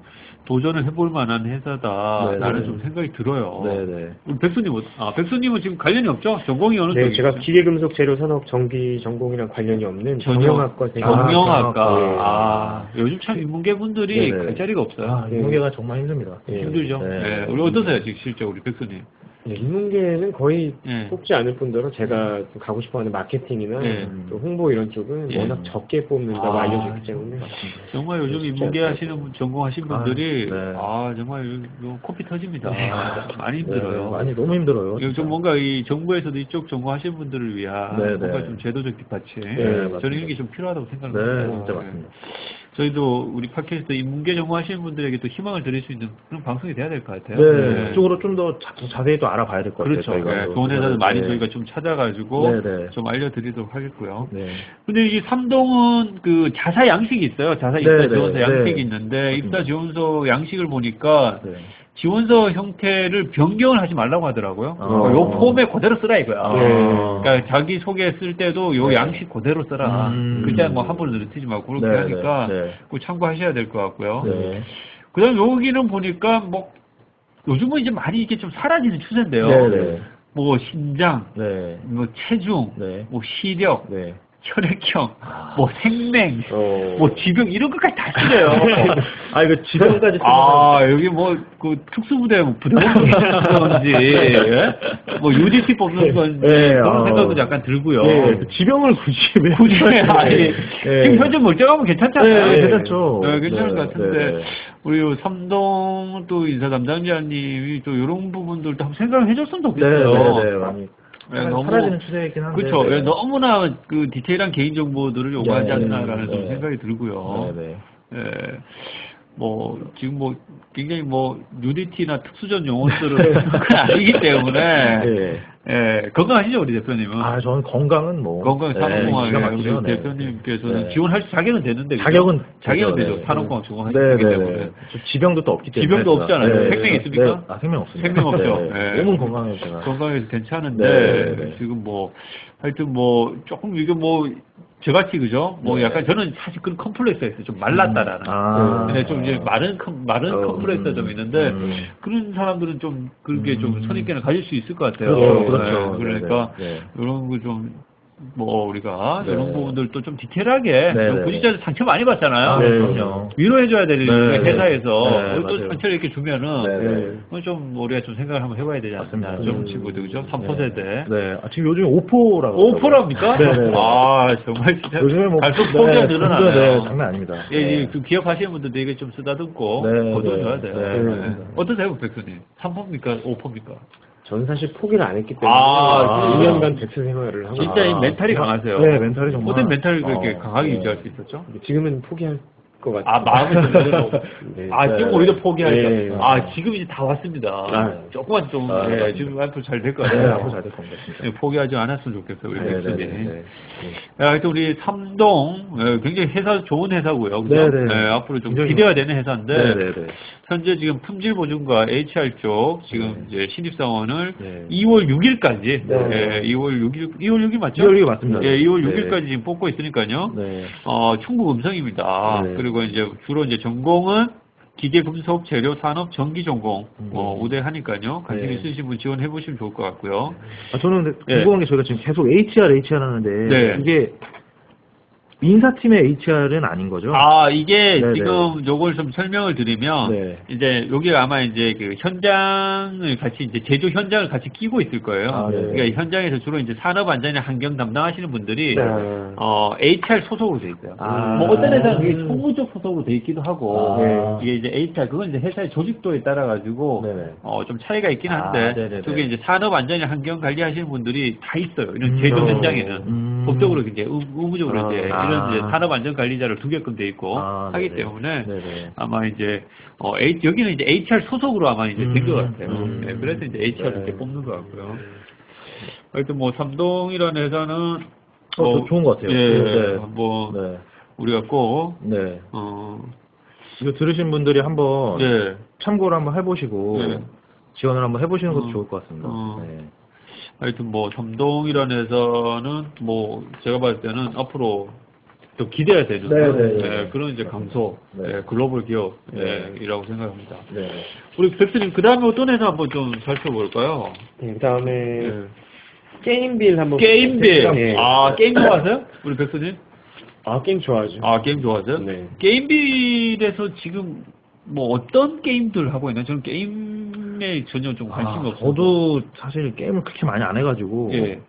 Speaker 1: 도전을 해볼 만한 회사다
Speaker 2: 네,
Speaker 1: 라는
Speaker 2: 네.
Speaker 1: 좀 생각이 들어요.
Speaker 2: 네네.
Speaker 1: 우리 백수님, 어- 아, 백수님은 지금 관련이 없죠? 전공이 어느
Speaker 3: 네,
Speaker 1: 쪽이죠?
Speaker 3: 제가 기계금속 재료 산업 전기 전공이랑 관련이 없는
Speaker 1: 전혀-
Speaker 3: 경영학과
Speaker 2: 아,
Speaker 3: 생각.
Speaker 1: 경영학과.
Speaker 3: 예.
Speaker 1: 아, 요즘 참 인문계 분들이
Speaker 2: 네. 네네.
Speaker 1: 갈 자리가 없어요.
Speaker 2: 아,
Speaker 3: 네.
Speaker 2: 인계가 정말 힘듭니다.
Speaker 3: 예.
Speaker 1: 힘들죠.
Speaker 2: 네.
Speaker 1: 예, 우리 어떠세요, 지금 실제 우리 백수님?
Speaker 3: 네, 인문계는 거의
Speaker 1: 예.
Speaker 3: 뽑지 않을 뿐더러 제가 좀 가고 싶어하는 마케팅이나
Speaker 1: 예.
Speaker 3: 또 홍보 이런 쪽은
Speaker 1: 예.
Speaker 3: 워낙 적게 뽑는다고
Speaker 1: 아,
Speaker 3: 알려졌기 때문에
Speaker 1: 정말 요즘
Speaker 3: 쉽지
Speaker 1: 인문계
Speaker 3: 않죠.
Speaker 1: 하시는 분, 전공하신
Speaker 2: 네, 아,
Speaker 1: 분들이,
Speaker 2: 네.
Speaker 1: 아, 정말 요- 요 코피 터집니다. 아, 많이
Speaker 2: 네,
Speaker 1: 힘들어요.
Speaker 2: 많이 너무 힘들어요.
Speaker 1: 이거 좀 뭔가 이 정부에서도 이쪽 전공하시는 분들을 위한
Speaker 2: 네네. 네,
Speaker 1: 뭔가 좀 제도적 뒷받침.
Speaker 2: 맞습니다.
Speaker 1: 저는 이런 게 좀 필요하다고
Speaker 2: 네,
Speaker 1: 생각합니다.
Speaker 2: 진짜 맞습니다.
Speaker 1: 저희도 우리 팟캐스트 인문계 전공하시는 분들에게 또 희망을 드릴 수 있는 그런 방송이 돼야 될 것 같아요.
Speaker 2: 네, 그쪽으로 좀 더 자세히 또 알아봐야 될 것 같아요.
Speaker 1: 예. 그렇죠.
Speaker 2: 저희가
Speaker 1: 네,
Speaker 2: 또.
Speaker 1: 좋은 회사들 많이
Speaker 2: 네.
Speaker 1: 저희가 좀 찾아가지고
Speaker 2: 네네.
Speaker 1: 좀 알려드리도록 하겠고요.
Speaker 2: 네.
Speaker 1: 근데 이 삼동은 그 자사 양식이 있어요. 자사 입사
Speaker 2: 네네,
Speaker 1: 지원서
Speaker 2: 네.
Speaker 1: 양식이 있는데 입사 지원서 양식을 보니까
Speaker 2: 네.
Speaker 1: 지원서 형태를 변경을 하지 말라고 하더라고요. 그러니까
Speaker 2: 어.
Speaker 1: 요 폼에 그대로 쓰라 이거야.
Speaker 2: 네.
Speaker 1: 그러니까 자기 소개 쓸 때도 요
Speaker 2: 네.
Speaker 1: 양식 그대로 써라.
Speaker 2: 음.
Speaker 1: 글자 뭐 함부로 늘리지 말고 그렇게
Speaker 2: 네,
Speaker 1: 하니까
Speaker 2: 네, 네.
Speaker 1: 꼭 참고하셔야 될 것 같고요.
Speaker 2: 네.
Speaker 1: 그다음 여기는 보니까 뭐 요즘은 이제 많이 이게 좀 사라지는 추세인데요.
Speaker 2: 네네.
Speaker 1: 뭐 신장,
Speaker 2: 네.
Speaker 1: 뭐 체중,
Speaker 2: 네. 아.
Speaker 1: 뭐 시력,
Speaker 2: 네.
Speaker 1: 혈액형, 뭐 생맹,
Speaker 3: 어,
Speaker 1: 뭐 지병 이런 것까지 다 쓰래요.
Speaker 2: 아, 이거 지성까지
Speaker 1: 아 여기 뭐 그 특수부대 뭐 부대원 뽑는지 예? 뭐 UDT 뽑는 건지
Speaker 2: 네,
Speaker 1: 그런
Speaker 2: 어.
Speaker 1: 생각도 약간 들고요.
Speaker 2: 네. 그 지병을 굳이 왜
Speaker 1: 굳이 아니
Speaker 2: 네.
Speaker 1: 지금 현재 멀쩡하면 괜찮잖아요.
Speaker 2: 네, 괜찮죠.
Speaker 1: 네, 괜찮은
Speaker 2: 네,
Speaker 1: 것 같은데
Speaker 2: 네, 네.
Speaker 1: 우리 요 삼동 또 인사 담당자님이 또 이런 부분들도 한번 생각을 해줬으면
Speaker 2: 네,
Speaker 1: 좋겠어요.
Speaker 2: 네, 네. 많이
Speaker 1: 예,
Speaker 2: 약간
Speaker 1: 너무-
Speaker 2: 사라지는 추세이긴 한데.
Speaker 1: 그렇죠.
Speaker 2: 네.
Speaker 1: 예, 너무나 그 디테일한 개인 정보들을 요구하지
Speaker 2: 네,
Speaker 1: 않나라는 좀
Speaker 2: 네.
Speaker 1: 생각이 들고요.
Speaker 2: 네, 네.
Speaker 1: 예. 뭐 지금 뭐 굉장히 뭐 뉴디티나 특수전 용어들은 아니기 때문에
Speaker 2: 네.
Speaker 1: 예, 건강하시죠 우리 대표님은.
Speaker 2: 아, 저는 건강은 뭐.
Speaker 1: 건강
Speaker 2: 네,
Speaker 1: 산업공학
Speaker 2: 기가
Speaker 1: 에
Speaker 2: 막히죠.
Speaker 1: 우리
Speaker 2: 네.
Speaker 1: 대표님께서는
Speaker 2: 네.
Speaker 1: 지원할 수 자격은 되는데 그죠?
Speaker 2: 자격은
Speaker 1: 자격은
Speaker 2: 되죠,
Speaker 1: 되죠.
Speaker 2: 네.
Speaker 1: 산업공학 전공하기
Speaker 2: 네, 네,
Speaker 1: 때문에
Speaker 2: 네. 저 지병도 또 없기 때문에.
Speaker 1: 지병도 없잖아요.
Speaker 2: 네,
Speaker 1: 생명
Speaker 2: 네.
Speaker 1: 있습니까?
Speaker 2: 네. 아, 생명 없습니다.
Speaker 1: 생명 없죠.
Speaker 2: 네, 네.
Speaker 1: 네.
Speaker 2: 몸은 건강해요, 제가.
Speaker 1: 건강해서 괜찮은데
Speaker 2: 네, 네.
Speaker 1: 지금 뭐 하여튼 뭐 조금 이게 뭐 저같이 그죠? 뭐
Speaker 2: 네.
Speaker 1: 약간 저는 사실 그런 컴플렉스가 있어요. 좀 말랐다라는.
Speaker 2: 아.
Speaker 1: 네, 좀 이제 마른 컴 마른
Speaker 2: 어,
Speaker 1: 컴플렉스가 좀
Speaker 2: 음,
Speaker 1: 있는데
Speaker 2: 음.
Speaker 1: 그런 사람들은 좀 그게 좀
Speaker 2: 음.
Speaker 1: 선입견을 가질 수 있을 것 같아요.
Speaker 2: 그렇죠,
Speaker 1: 네,
Speaker 2: 그렇죠.
Speaker 1: 그러니까
Speaker 2: 네, 네.
Speaker 1: 이런 거좀뭐 우리가
Speaker 2: 네.
Speaker 1: 이런 부분들 또 좀 디테일하게
Speaker 2: 네,
Speaker 1: 좀
Speaker 2: 네.
Speaker 1: 구직자들 상처 많이 받잖아요. 그렇죠.
Speaker 2: 아, 네, 그럼요.
Speaker 1: 위로해줘야 되는
Speaker 2: 네, 네.
Speaker 1: 회사에서
Speaker 2: 네,
Speaker 1: 또
Speaker 2: 맞아요.
Speaker 1: 상처를 이렇게 주면은
Speaker 2: 네.
Speaker 1: 그건 좀 우리가 좀 생각을 한번 해봐야 되지 않나
Speaker 2: 맞습니다.
Speaker 1: 젊은
Speaker 2: 음.
Speaker 1: 친구들 그죠? 3포 세대
Speaker 2: 네. 아, 지금 요즘 오포라고.
Speaker 1: 오포랍니까?
Speaker 2: 네, 네, 네.
Speaker 1: 아 정말 진짜
Speaker 2: 요즘에 뭐.
Speaker 1: 갈수록
Speaker 2: 네,
Speaker 1: 아, 포기가
Speaker 2: 점점,
Speaker 1: 늘어나네요
Speaker 2: 네, 장난 아닙니다.
Speaker 1: 예, 예,
Speaker 2: 네.
Speaker 1: 그 기업하시는 분들도 이게 좀 쓰다듬고
Speaker 2: 네,
Speaker 1: 거둬줘야
Speaker 2: 네,
Speaker 1: 돼요
Speaker 2: 네,
Speaker 1: 네.
Speaker 2: 맞습니다.
Speaker 1: 어떠세요 백수님? 3포입니까? 5포입니까?
Speaker 3: 저는 사실 포기를 안 했기 때문에
Speaker 1: 아,
Speaker 3: 2년간 백수 생활을 하고
Speaker 1: 진짜 이
Speaker 2: 아,
Speaker 1: 멘탈이
Speaker 2: 그냥-
Speaker 1: 강하세요
Speaker 2: 네, 멘탈이 정말.
Speaker 1: 어떤 멘탈을 그렇게
Speaker 2: 어,
Speaker 1: 강하게
Speaker 2: 네.
Speaker 1: 유지할 수 있었죠?
Speaker 3: 지금은 포기할 것 같아요.
Speaker 1: 아, 마음을 좀 내려놓고.
Speaker 3: 네,
Speaker 1: 아,
Speaker 3: 네.
Speaker 1: 지금 오히려 포기하니까.
Speaker 3: 네, 네.
Speaker 1: 아, 지금 이제 다 왔습니다.
Speaker 3: 아.
Speaker 1: 조금만 좀,
Speaker 3: 아,
Speaker 1: 예,
Speaker 3: 네.
Speaker 1: 지금 앞으로 잘 될 것
Speaker 2: 네,
Speaker 1: 같아요. 뭐
Speaker 2: 앞으로 잘될 겁니다, 진짜.
Speaker 1: 예, 포기하지 않았으면 좋겠어요, 우리
Speaker 3: 네, 네,
Speaker 1: 백수님.
Speaker 3: 네, 네.
Speaker 1: 야, 하여튼 우리 삼동, 예, 굉장히 회사, 좋은 회사고요. 그죠?
Speaker 2: 네, 네.
Speaker 1: 예, 앞으로 좀
Speaker 2: 굉장히-
Speaker 1: 기대가 되는 회사인데,
Speaker 3: 네, 네, 네.
Speaker 1: 현재 지금 품질 보증과 HR 쪽, 지금 이제 신입사원을
Speaker 3: 네.
Speaker 1: 2월 6일까지,
Speaker 2: 네.
Speaker 1: 2월 6일, 2월 6일 맞죠?
Speaker 2: 2월 6일 맞습니다.
Speaker 1: 예, 2월
Speaker 3: 네.
Speaker 1: 6일까지 지금 뽑고 있으니까요.
Speaker 3: 네.
Speaker 1: 어, 충북 음성입니다.
Speaker 3: 네.
Speaker 1: 그리고 이제 주로 이제 전공은 기계, 금속, 재료, 산업, 전기 전공,
Speaker 3: 음.
Speaker 1: 어, 우대하니까요. 관심
Speaker 3: 네.
Speaker 1: 있으신 분 지원해 보시면 좋을 것 같고요.
Speaker 2: 아, 저는 근데
Speaker 1: 예.
Speaker 2: 궁금한 게 저희가 지금 계속 HR, HR 하는데
Speaker 1: 네.
Speaker 2: 이게 인사팀의 HR은 아닌 거죠?
Speaker 1: 아, 이게
Speaker 2: 네네.
Speaker 1: 지금 요걸 좀 설명을 드리면,
Speaker 3: 네.
Speaker 1: 이제 여기가 아마 이제 그 현장을 같이 이제 제조 현장을 같이 끼고 있을 거예요.
Speaker 2: 아, 네.
Speaker 1: 그러니까 현장에서 주로 이제 산업 안전이나 환경 담당하시는 분들이
Speaker 3: 네.
Speaker 1: 어, HR 소속으로 돼 있어요.
Speaker 3: 아.
Speaker 1: 뭐 어떤 회사는 그게 총무적 소속으로 돼 있기도
Speaker 2: 네.
Speaker 1: 하고,
Speaker 3: 아.
Speaker 1: 이게 이제 HR, 그건 이제 회사의 조직도에 따라가지고,
Speaker 3: 네네.
Speaker 1: 어, 좀 차이가 있긴
Speaker 3: 아,
Speaker 1: 한데,
Speaker 3: 네네네.
Speaker 1: 그게 이제 산업 안전이 환경 관리 하시는 분들이 다 있어요. 이런
Speaker 2: 음,
Speaker 1: 제조
Speaker 3: 어.
Speaker 1: 현장에는.
Speaker 2: 음.
Speaker 1: 법적으로 이제 의- 의무적으로
Speaker 3: 아,
Speaker 1: 이제
Speaker 3: 아.
Speaker 1: 이런 이제 산업 안전 관리자를 두게끔 돼 있고
Speaker 3: 아,
Speaker 1: 어, 하기
Speaker 3: 네네.
Speaker 1: 때문에
Speaker 3: 네네.
Speaker 1: 아마 이제 어, H- 여기는 이제 HR 소속으로 아마 이제 된 것
Speaker 2: 음,
Speaker 1: 같아요.
Speaker 3: 음.
Speaker 1: 네, 그래서 이제 HR 를 이렇게
Speaker 3: 네.
Speaker 1: 뽑는 것 같고요. 하여튼 뭐 삼동이라는 회사는
Speaker 2: 어, 저 좋은 것 같아요.
Speaker 1: 예,
Speaker 2: 네.
Speaker 1: 뭐
Speaker 2: 네.
Speaker 1: 우리가 꼭
Speaker 2: 네.
Speaker 1: 어,
Speaker 2: 이거 들으신 분들이 한번
Speaker 1: 예,
Speaker 2: 참고를 한번 해보시고
Speaker 1: 네.
Speaker 2: 지원을 한번 해보시는 것도
Speaker 1: 음.
Speaker 2: 좋을 것 같습니다.
Speaker 1: 음.
Speaker 2: 네.
Speaker 1: 하여튼 뭐 삼동이라는 회사는 뭐 제가 봤을 때는 앞으로 좀 기대해야 되는
Speaker 3: 네, 네, 네.
Speaker 1: 예, 그런 이제 강소
Speaker 3: 네.
Speaker 1: 예, 글로벌
Speaker 3: 네.
Speaker 1: 기업이라고 생각합니다.
Speaker 3: 네.
Speaker 1: 우리 백스님 그 다음에 어떤 회사 한번 좀 살펴볼까요?
Speaker 3: 네, 그 다음에
Speaker 1: 예.
Speaker 3: 게임빌 한번
Speaker 1: 게임빌.
Speaker 3: 네.
Speaker 1: 아 게임 좋아하세요? 우리 백수님?
Speaker 3: 아, 게임 좋아하죠.
Speaker 1: 아 게임 좋아하세요?
Speaker 3: 네.
Speaker 1: 게임빌에서 지금 뭐 어떤 게임들 하고 있나요? 저는 게임에 전혀 좀 관심이
Speaker 2: 아,
Speaker 1: 없어요.
Speaker 2: 저도 사실 게임을 그렇게 많이 안 해가지고
Speaker 1: 예.